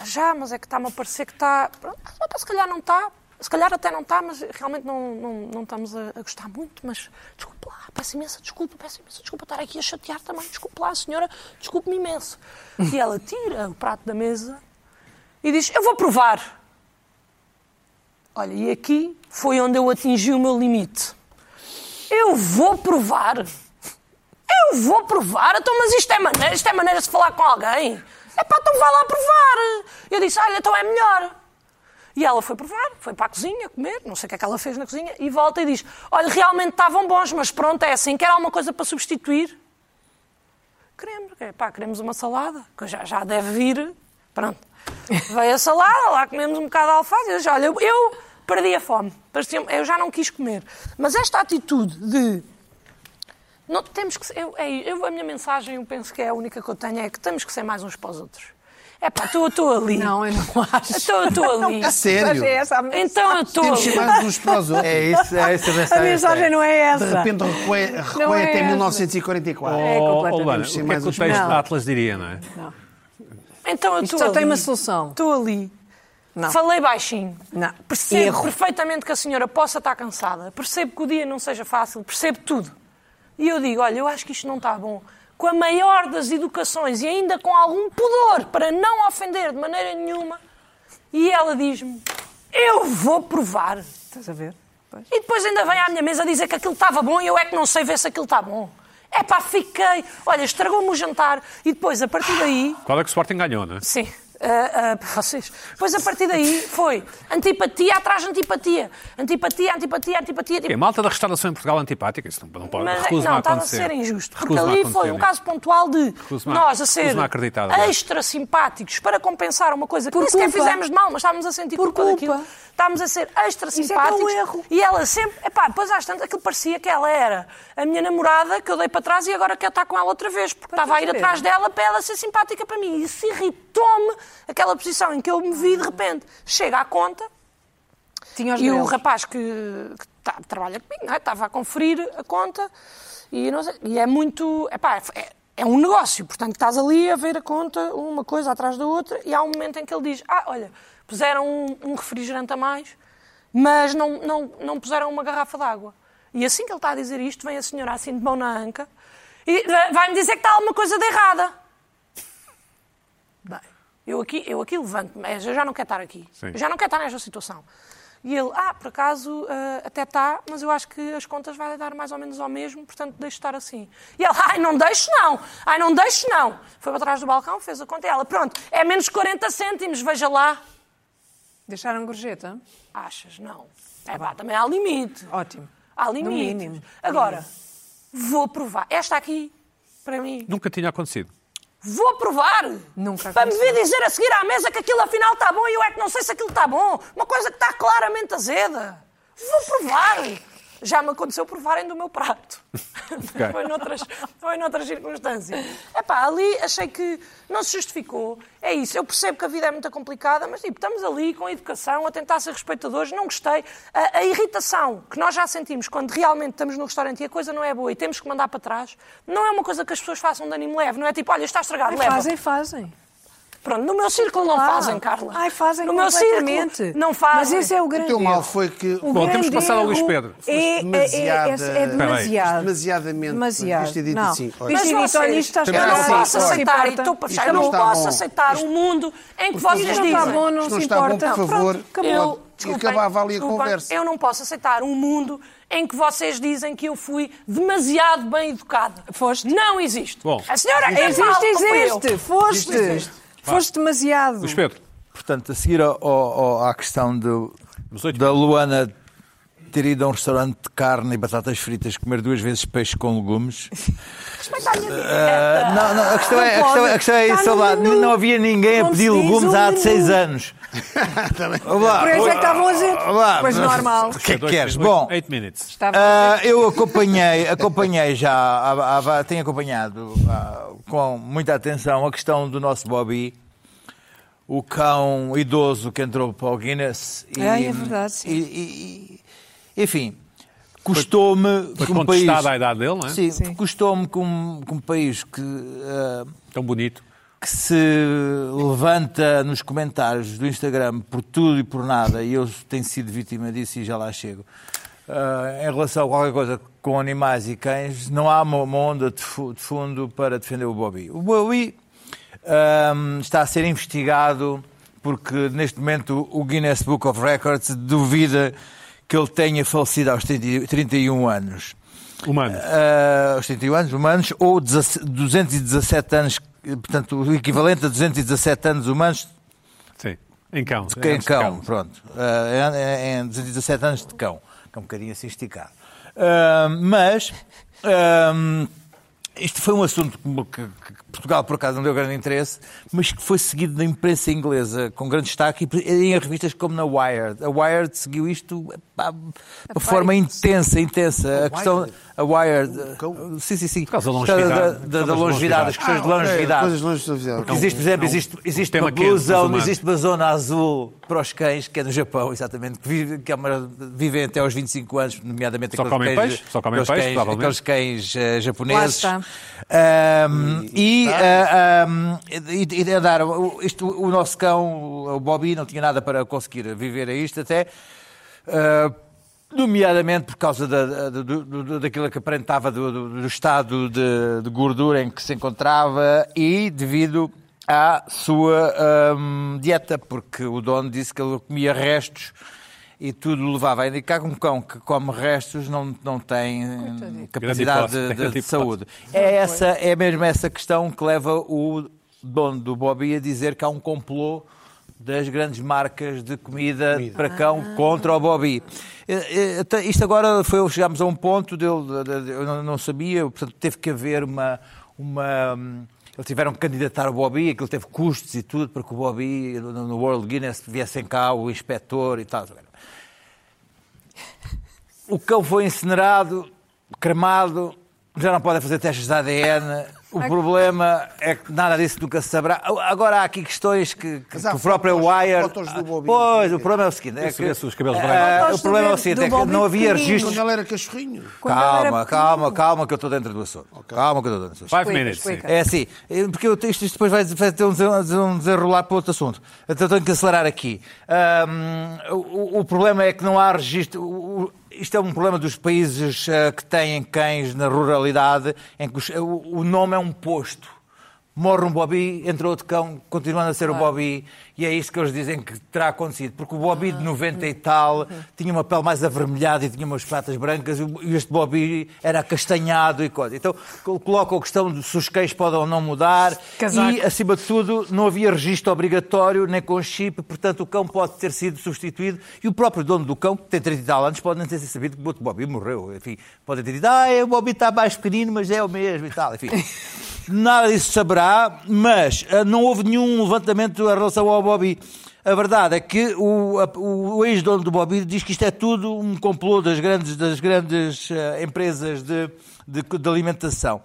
Speaker 5: Já, mas é que está-me a parecer que está. Pronto, ah, pá, se calhar não está. Se calhar até não está, mas realmente não, não, não estamos a, a gostar muito. Mas desculpe lá, peço imensa desculpa, peço imensa desculpa estar aqui a chatear também. Desculpe lá, senhora, desculpe-me imenso. E ela tira o prato da mesa e diz: Eu vou provar. Olha, e aqui foi onde eu atingi o meu limite. Eu vou provar. Eu vou provar? Então, mas isto é maneira, isto é maneira de falar com alguém? É pá, então vá lá provar. Eu disse, olha, então é melhor. E ela foi provar, foi para a cozinha comer, não sei o que é que ela fez na cozinha, e volta e diz, olha, realmente estavam bons, mas pronto, é assim, quer alguma coisa para substituir? Queremos, é pá, queremos uma salada, que já, já deve vir, pronto. Veio a salada, lá comemos um bocado de alface, eu disse, olha, eu, eu perdi a fome, Parecia- eu já não quis comer. Mas esta atitude de não, temos que ser- eu, é, eu- a minha mensagem, eu penso que é a única que eu tenho, é que temos que ser mais uns para os outros. É pá, estou estou ali.
Speaker 3: Não, é eu não <laughs> acho.
Speaker 5: Então eu estou ali.
Speaker 2: A sério?
Speaker 5: Então eu estou
Speaker 2: Temos que ser
Speaker 5: ali.
Speaker 2: mais uns para os outros.
Speaker 4: É isso, é essa a
Speaker 7: A
Speaker 4: mensagem.
Speaker 7: mensagem não é
Speaker 2: De
Speaker 7: essa.
Speaker 2: repente recuei, recuei
Speaker 7: Não é
Speaker 2: até
Speaker 7: essa.
Speaker 2: 1944.
Speaker 1: Oh,
Speaker 7: completamente
Speaker 1: Luana, o
Speaker 2: sim,
Speaker 1: que é
Speaker 2: mais
Speaker 1: que o
Speaker 2: uns-
Speaker 1: texto
Speaker 7: Não.
Speaker 1: de Atlas diria, não é?
Speaker 5: Então
Speaker 3: Isto
Speaker 5: eu estou
Speaker 3: só
Speaker 5: ali.
Speaker 3: tem uma solução.
Speaker 5: Estou ali.
Speaker 3: Não.
Speaker 5: Falei baixinho.
Speaker 3: Não.
Speaker 5: Percebo
Speaker 3: Erro.
Speaker 5: perfeitamente que a senhora possa estar cansada. Percebo que o dia não seja fácil. Percebo tudo. E eu digo, olha, eu acho que isto não está bom. Com a maior das educações e ainda com algum pudor para não ofender de maneira nenhuma. E ela diz-me, eu vou provar.
Speaker 3: Estás a ver? Pois.
Speaker 5: E depois ainda vem à minha mesa dizer que aquilo estava bom e eu é que não sei ver se aquilo está bom. É pá, fiquei. Olha, estragou-me o jantar. E depois, a partir daí,
Speaker 1: Qual é que o Sporting ganhou, não é?
Speaker 5: Sim. ah, ah, para vocês. Depois, a partir daí, foi antipatia atrás de antipatia. Antipatia, antipatia, antipatia.
Speaker 1: É, malta da restauração em Portugal antipática, isso não, não pode.
Speaker 5: Mas,
Speaker 1: Recuso-me
Speaker 5: não,
Speaker 1: a
Speaker 5: estava a
Speaker 1: acontecer.
Speaker 5: ser injusto. Porque
Speaker 1: Recuso-me a
Speaker 5: ali foi
Speaker 1: acontecer
Speaker 5: um
Speaker 1: isso.
Speaker 5: caso pontual de
Speaker 1: Recuso-me a-
Speaker 5: nós a ser
Speaker 1: recuso-me a acreditar agora.
Speaker 5: extra simpáticos para compensar uma coisa que
Speaker 3: Por
Speaker 5: nem sequer
Speaker 3: culpa.
Speaker 5: fizemos de mal, mas estávamos a sentir
Speaker 3: Por
Speaker 5: culpa,
Speaker 3: culpa.
Speaker 5: daquilo. Estávamos a ser extra
Speaker 3: é que é um
Speaker 5: simpáticos.
Speaker 3: erro.
Speaker 5: E ela sempre. Epá, depois às tantas aquilo parecia que ela era a minha namorada que eu dei para trás e agora quero estar com ela outra vez, porque
Speaker 3: Para
Speaker 5: estava a ir
Speaker 3: ver.
Speaker 5: atrás dela para ela ser simpática para mim. E isso irritou-me aquela posição em que eu me vi de repente. Chega à conta,
Speaker 3: Tinha os
Speaker 5: e o
Speaker 3: grelos.
Speaker 5: rapaz que, que tá- trabalha comigo, não é? estava a conferir a conta e, não sei- e é muito. epá, é, é um negócio, portanto estás ali a ver a conta, uma coisa atrás da outra, e há um momento em que ele diz: Ah, olha, puseram um, um refrigerante a mais, mas não, não, não puseram uma garrafa de água. E assim que ele está a dizer isto, vem a senhora assim de mão na anca e vai- vai-me dizer que está alguma coisa de errada. Bem, eu aqui, eu aqui levanto-me, mas eu já não quero estar aqui.
Speaker 1: Sim.
Speaker 5: Eu já não quero estar nesta situação. E ele, ah, por acaso, ah, até está, mas eu acho que as contas vai dar mais ou menos ao mesmo, portanto, deixo estar assim. E ela, ai, não deixo não, ai, não deixo não. Foi para trás do balcão, fez a conta e ela, pronto, é menos 40 cêntimos, veja lá.
Speaker 3: Deixaram gorjeta?
Speaker 5: Achas? Não. É pá, também há limite.
Speaker 3: Ótimo.
Speaker 5: Há limite.
Speaker 3: mínimo.
Speaker 5: Agora, vou provar. Esta aqui, para mim,
Speaker 1: Nunca tinha acontecido.
Speaker 5: Vou provar.
Speaker 3: Nunca
Speaker 5: Para me vir
Speaker 3: aconteceu.
Speaker 5: dizer a seguir à mesa que aquilo afinal está bom e eu é que não sei se aquilo está bom. Uma coisa que está claramente azeda. Vou provar. Já me aconteceu provarem do meu prato. foi, noutras, foi noutras circunstâncias. Epá, ali achei que não se justificou. É isso, eu percebo que a vida é muito complicada, mas tipo, estamos ali com a educação, a tentar ser respeitadores, não gostei. A, a irritação que nós já sentimos quando realmente estamos no restaurante e a coisa não é boa e temos que mandar para trás, não é uma coisa que as pessoas façam de ânimo leve, não é tipo, olha, está estragado,
Speaker 3: Ai,
Speaker 5: leva.
Speaker 3: fazem, fazem.
Speaker 5: Pronto, no meu círculo não
Speaker 3: Claro.
Speaker 5: fazem, Carla.
Speaker 3: Ai, fazem
Speaker 5: no meu
Speaker 3: completamente.
Speaker 5: círculo não fazem.
Speaker 3: Mas esse é o grande
Speaker 2: O teu mal
Speaker 3: erro.
Speaker 2: foi que
Speaker 3: O
Speaker 1: Bom, temos
Speaker 3: grande
Speaker 1: que passar ao
Speaker 3: erro
Speaker 1: Luís Pedro.
Speaker 3: É, é, é, é,
Speaker 2: Demasiada-
Speaker 3: é demasiado.
Speaker 2: Demasiadamente.
Speaker 3: Demasiado.
Speaker 2: Devias ter dito
Speaker 3: não.
Speaker 2: assim, olha-
Speaker 3: Devias
Speaker 5: Mas
Speaker 3: ter
Speaker 5: vocês,
Speaker 3: dito, olha, isto está
Speaker 5: eu não
Speaker 2: Sim,
Speaker 5: posso
Speaker 2: olha.
Speaker 5: aceitar, e
Speaker 1: então,
Speaker 5: estou para fechar, eu
Speaker 2: não
Speaker 5: não
Speaker 2: está
Speaker 5: posso
Speaker 2: bom.
Speaker 5: aceitar um mundo em que vocês
Speaker 3: Isto não
Speaker 5: dizem.
Speaker 3: está bom, não
Speaker 2: Isto
Speaker 3: se
Speaker 2: não está bom,
Speaker 3: importa.
Speaker 2: por favor.
Speaker 3: Pronto,
Speaker 2: pode.
Speaker 5: Eu,
Speaker 2: E
Speaker 5: desculpem,
Speaker 2: acabava ali a
Speaker 5: desculpem,
Speaker 2: conversa.
Speaker 5: Eu não posso aceitar um mundo em que vocês dizem que eu fui demasiado bem educada.
Speaker 3: Foste.
Speaker 5: Não existe.
Speaker 1: Bom,
Speaker 5: a senhora é mal
Speaker 3: Existe,
Speaker 5: como eu.
Speaker 3: existe. Foste. Foste demasiado.
Speaker 1: Luís Pedro,
Speaker 4: Portanto, a seguir ao- ao- ao- à questão do, da Luana ter ido a um restaurante de carne e batatas fritas comer duas vezes peixe com legumes.
Speaker 5: Respeita a minha dieta.
Speaker 4: Ah, não, não, a questão é, a questão, é- a questão é
Speaker 3: Está
Speaker 4: isso.
Speaker 3: no
Speaker 4: Lá,
Speaker 3: menu.
Speaker 4: não havia ninguém a
Speaker 3: Como
Speaker 4: pedir
Speaker 3: se diz,
Speaker 4: legumes
Speaker 3: um
Speaker 4: há
Speaker 3: menu.
Speaker 4: seis anos.
Speaker 1: <laughs>
Speaker 4: Olá,
Speaker 3: Por isso é que estavam a dizer.
Speaker 4: olá.
Speaker 3: Pois normal.
Speaker 4: O que é que
Speaker 1: dois
Speaker 4: queres?
Speaker 1: minutos,
Speaker 4: Bom,
Speaker 1: Eight minutes.
Speaker 3: Estava
Speaker 4: Ah, eu
Speaker 3: <laughs>
Speaker 4: acompanhei, acompanhei já, há- há- há- tenho acompanhado ah, com muita atenção a questão do nosso Bobby, o cão idoso que entrou para o Guinness. E,
Speaker 3: Ai, é verdade, sim.
Speaker 4: e- e- enfim, custou-me
Speaker 1: Foi
Speaker 4: que um país.
Speaker 1: contestada a idade dele, não é?
Speaker 4: Sim,
Speaker 3: Sim.
Speaker 4: custou-me que um, que um país que. ah,
Speaker 1: Tão bonito.
Speaker 4: que se levanta nos comentários do Instagram por tudo e por nada, e eu tenho sido vítima disso e já lá chego, ah, em relação a qualquer coisa com animais e cães, não há uma, uma onda de, fu- de fundo para defender o Bobby. O Bobby ahm, está a ser investigado porque neste momento o Guinness Book of Records duvida que ele tenha falecido aos 30 31 anos
Speaker 1: Humano.
Speaker 4: uh, aos 31 anos humanos ou 17 217 anos, eh, portanto, o equivalente a 217 anos humanos
Speaker 1: Sim. Em cão.
Speaker 4: É,
Speaker 1: É,
Speaker 4: de em cão, pronto. Eh, em, em 217 anos de cão, que é um bocadinho assim esticado. Ah, mas ah, isto foi um assunto que, que- que Portugal, por acaso, não deu grande interesse, mas que foi seguido na imprensa inglesa com grande destaque e em revistas como na Wired. A Wired seguiu isto pá, de uma forma intensa, intensa. é A questão. A Wired. eh, Sim, sim, sim. Por
Speaker 1: causa da
Speaker 4: Da,
Speaker 1: longevidade.
Speaker 4: da-
Speaker 1: Por causa
Speaker 4: da
Speaker 1: da
Speaker 4: longevidade,
Speaker 1: longevidade.
Speaker 4: as questões Ah, de longevidade.
Speaker 2: Coisas longe da vida.
Speaker 1: é
Speaker 4: Porque existe, por exemplo, existe, existe
Speaker 1: um- tema
Speaker 4: uma
Speaker 1: quente dos
Speaker 4: blusa,
Speaker 1: humanos.
Speaker 4: existe uma zona azul para os cães, que é no Japão, exatamente, que, vive- que é uma- vivem até aos 25 anos, nomeadamente
Speaker 1: Só
Speaker 4: aqueles
Speaker 1: comem
Speaker 4: cães,
Speaker 1: peixe? Só comem
Speaker 4: aqueles
Speaker 1: peixe,
Speaker 4: cães,
Speaker 1: provavelmente.
Speaker 4: aqueles cães eh, japoneses.
Speaker 3: Lá
Speaker 4: Ahm, e,
Speaker 1: tá.
Speaker 4: ah, ahm, e- e de andar, o- isto, o nosso cão, o Bobby, não tinha nada para conseguir viver a isto até. ah, Nomeadamente por causa da, da- do- do- daquilo que aparentava do, do- do estado de, de gordura em que se encontrava e devido à sua ahm, dieta, porque o dono disse que ele comia restos e tudo levava a indicar que um cão que come restos não, não tem hum, capacidade
Speaker 1: Grande hipótese,
Speaker 4: de- de,
Speaker 1: grande
Speaker 4: de
Speaker 1: hipótese.
Speaker 4: saúde. É, essa, é mesmo essa questão que leva o dono do Bobby a dizer que há um complô das grandes marcas de comida, para cão contra o Bobby. Eh, eh, até Isto agora foi, chegámos a um ponto, dele, de- de- de- eu não- não sabia, portanto teve que haver uma... uma hum, eles tiveram que candidatar o Bobby, aquilo teve custos e tudo para que o Bobby, no no World Guinness, viessem cá o inspetor e tal. O cão foi incinerado, cremado, já não podem fazer testes de ADN. O problema é que nada disso nunca se saberá. Agora há aqui questões que, que,
Speaker 2: há
Speaker 4: que o próprio
Speaker 2: fotos-
Speaker 4: Wire.
Speaker 2: fotos do Bobby.
Speaker 4: Pois, o problema é o seguinte: é
Speaker 1: Esse-
Speaker 4: que,
Speaker 1: esse, os cabelos
Speaker 4: eh,
Speaker 1: brancos.
Speaker 4: o problema é o
Speaker 3: Do
Speaker 4: seguinte: é que
Speaker 3: Bobby
Speaker 4: não havia
Speaker 3: pequenino.
Speaker 2: Quando
Speaker 4: registros.
Speaker 2: ele era cachorrinho.
Speaker 3: Quando ele era pequenino.
Speaker 4: Calma, calma, calma, que eu estou dentro do assunto. Calma, que eu estou dentro do assunto.
Speaker 1: Five
Speaker 3: Explica,
Speaker 1: minutes. sim.
Speaker 3: explica.
Speaker 4: É assim, eh, porque eu- isto, isto depois vai, vai ter um desen- um desenrolar para outro assunto. Então tenho que acelerar aqui. Ahm, o, o problema é que não há registro. o- o- isto é um problema dos países eh, que têm cães na ruralidade, em que os- o, o nome é um posto. Morre um Bobby, entra outro cão, continuando a ser o Bobby, e é isto que eles dizem que terá acontecido. Porque o Bobby de 90 e tal tinha uma pele mais avermelhada e tinha umas patas brancas, e o- e este Bobby era acastanhado e coisa. Então col- colocam a questão de se os cães podem ou não mudar,
Speaker 3: Casaco.
Speaker 4: e acima de tudo não havia registro obrigatório nem com chip, portanto o cão pode ter sido substituído, e o próprio dono do cão, que tem 30 e tal anos, pode não ter sabido que o outro Bobby morreu. Enfim, pode ter dito, ah, o Bobby está mais pequenino, mas é o mesmo e tal, enfim. Nada disso saberá, mas ah, não houve nenhum levantamento em relação ao Bobby. A verdade é que o, a- o ex-dono do Bobby diz que isto é tudo um complô das grandes, das grandes ah, empresas de, de, de alimentação.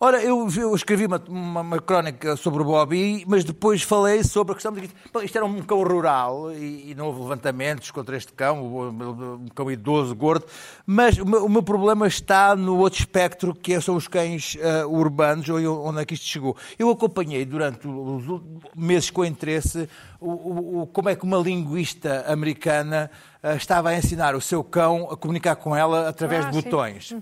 Speaker 4: Ora, eu, eu escrevi uma, uma- uma crónica sobre o Bobby, mas depois falei sobre a questão de que bom, isto era um cão rural e, e não houve levantamentos contra este cão, o- um cão idoso, gordo, mas o meu, o meu problema está no outro espectro, que é- são os cães ah, urbanos, onde, onde é que isto chegou. Eu acompanhei durante os ú- meses com interesse o- o- o- como é que uma linguista americana ah, estava a ensinar o seu cão a comunicar com ela através de botões,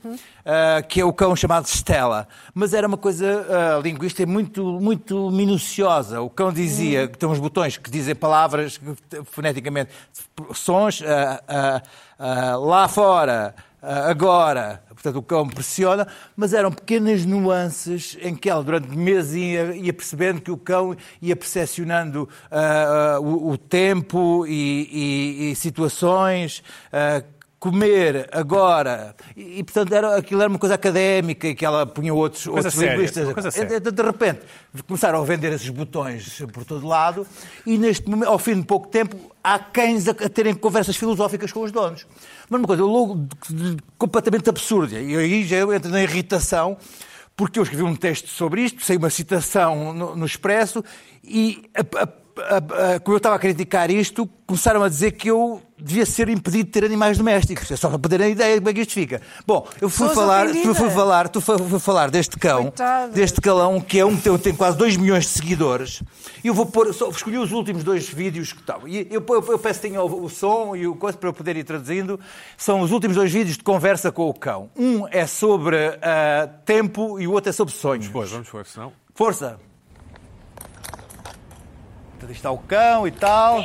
Speaker 4: ah, que é o cão chamado Stella. Mas era uma coisa ah, linguista muito, muito minuciosa. O cão dizia que tem uns botões que dizem palavras que, te- foneticamente, sons ah, ah, ah, lá fora. ah, Agora, portanto, o cão pressiona, mas eram pequenas nuances em que ela, durante meses, ia, ia percebendo que o cão ia percepcionando ah, ah, o, o tempo e, e- e situações ah, comer agora. E, e, portanto, era, aquilo era uma coisa académica e que ela punha outros,
Speaker 1: coisa
Speaker 4: outros
Speaker 1: séria,
Speaker 4: linguistas.
Speaker 1: uma coisa
Speaker 4: Então,
Speaker 1: séria.
Speaker 4: de repente, começaram a vender esses botões por todo lado e, neste momento, ao fim de pouco tempo, há cães a, a terem conversas filosóficas com os donos. Mas uma coisa logo de- de- completamente absurda. E aí já eu entro na irritação. Porque eu escrevi um texto sobre isto, sei uma citação no, no Expresso, e a- a- a- a- como eu estava a criticar isto, começaram a dizer que eu devia ser impedido de ter animais domésticos. É só para terem a ideia de como é que isto fica. Bom, eu fui
Speaker 3: Pessoas
Speaker 4: falar, fui,
Speaker 3: ofendidas.
Speaker 4: fui falar, tu fui, fui falar deste cão,
Speaker 3: Coitadas.
Speaker 4: deste calão, que é um que tem, tem quase 2 milhões de seguidores. E eu vou pôr, só escolhi os últimos dois vídeos que estão. E eu, eu, eu peço que tenha o, o som e o coisa para eu poder ir traduzindo. São os últimos dois vídeos de conversa com o cão. Um é sobre ah, tempo e o outro é sobre sonhos.
Speaker 1: Pois, vamos ver, senão.
Speaker 4: Força! Portanto, Está o cão e tal.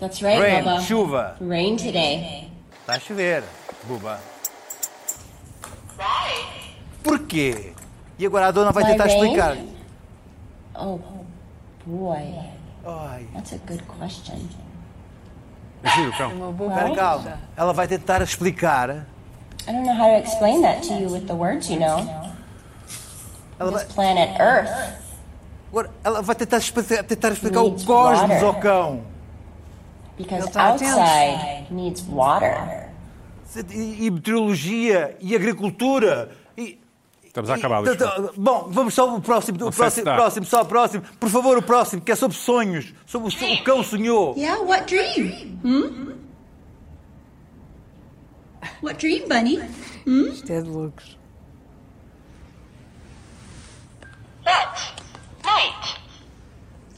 Speaker 10: That's right,
Speaker 4: Rain,
Speaker 10: Bubba.
Speaker 4: chuva.
Speaker 10: Rain today.
Speaker 4: Está a chover, buba. Porquê? E agora a dona vai
Speaker 10: Vai
Speaker 4: tentar
Speaker 10: bem?
Speaker 4: explicar.
Speaker 10: Oh, boy.
Speaker 4: Ai,
Speaker 10: That's a good question.
Speaker 1: Giro, cão.
Speaker 4: espera, calma. Ela vai tentar explicar.
Speaker 10: I don't know how to explain that to you with the words, you know.
Speaker 4: Ela vai,
Speaker 10: This planet Earth
Speaker 4: agora, ela vai tentar, explicar, tentar explicar o
Speaker 10: Needs
Speaker 4: cosmos
Speaker 10: water.
Speaker 4: ao cão.
Speaker 10: because
Speaker 3: out there.
Speaker 10: outside needs water.
Speaker 4: E, e meteorologia, e agricultura. E,
Speaker 1: Estamos a acabar, Luís.
Speaker 4: Então, então, Bom, vamos só o próximo, o
Speaker 1: sei se
Speaker 4: próximo,
Speaker 1: dá.
Speaker 4: próximo, só o próximo. Por favor, o próximo, que é sobre sonhos. Sobre o, so- o cão sonhou.
Speaker 11: Yeah, what dream? Hmm? What dream, Bunny?
Speaker 3: Isto é de loucos.
Speaker 11: Night.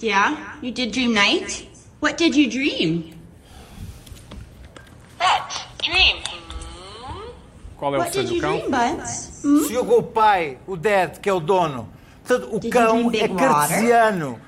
Speaker 11: Yeah, you did dream night? What did you dream? That dream.
Speaker 1: Qual é o
Speaker 4: então,
Speaker 11: What did
Speaker 1: sonho
Speaker 11: you
Speaker 1: do
Speaker 11: dream,
Speaker 1: cão?
Speaker 11: Buds?
Speaker 4: Sonhou com o pai, o dad, que é o dono. Portanto, o
Speaker 11: Did you
Speaker 4: cão
Speaker 11: drink
Speaker 4: é
Speaker 11: big water?
Speaker 4: cartesiano.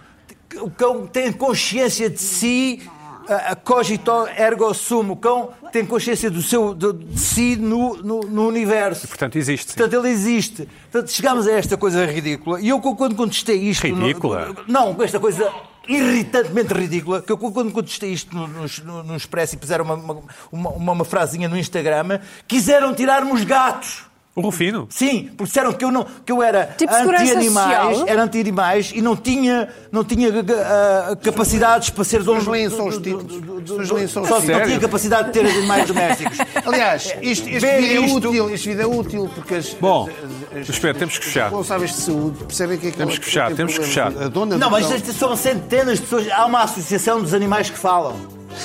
Speaker 4: O cão tem consciência de si a- a cogito ergo sum. O cão tem consciência do seu, do- de si no, no, no universo.
Speaker 1: Portanto, existe.
Speaker 4: Portanto, ele existe. Portanto, chegámos a esta coisa ridícula. E eu, quando contestei isto. no-
Speaker 1: Ridícula?
Speaker 4: não, com esta coisa irritantemente ridícula, que eu, quando contestei isto no, no, no Expresso e puseram uma, uma, uma, uma- uma frasinha no Instagram, quiseram tirar-me os gatos.
Speaker 1: O Rufino?
Speaker 4: Sim, porque disseram que eu, não, que eu era
Speaker 3: Tipo segurança
Speaker 4: anti-animais,
Speaker 3: social?
Speaker 4: era anti-animais e não tinha, não tinha ah, capacidades para ser dono.
Speaker 2: Os lençóis títulos. Os lençóis
Speaker 4: Só se não
Speaker 2: títulos.
Speaker 4: tinha capacidade de ter
Speaker 2: <laughs>
Speaker 4: animais domésticos.
Speaker 2: Aliás, isto, este
Speaker 4: Ver
Speaker 2: vídeo
Speaker 4: É. isto-
Speaker 2: é útil, este vídeo é útil porque as,
Speaker 1: Bom,
Speaker 2: as- as-
Speaker 1: espera, temos que
Speaker 2: as
Speaker 1: fechar.
Speaker 2: responsáveis de saúde percebem que é que
Speaker 1: Temos
Speaker 2: ela-
Speaker 1: que fechar,
Speaker 2: tem
Speaker 1: temos que
Speaker 2: problemas.
Speaker 1: fechar.
Speaker 2: A dona
Speaker 4: Não,
Speaker 2: do
Speaker 4: mas
Speaker 2: cão-
Speaker 4: estas são centenas de pessoas. Há uma associação dos animais que falam.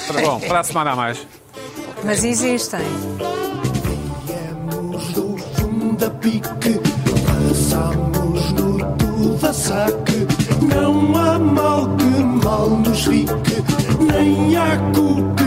Speaker 1: Para- Bom, para a semana a mais.
Speaker 3: Mas existem.
Speaker 12: Viemos do fundo da pique, passamos no tudo a saque. Não há mal que mal nos fique, nem há cu que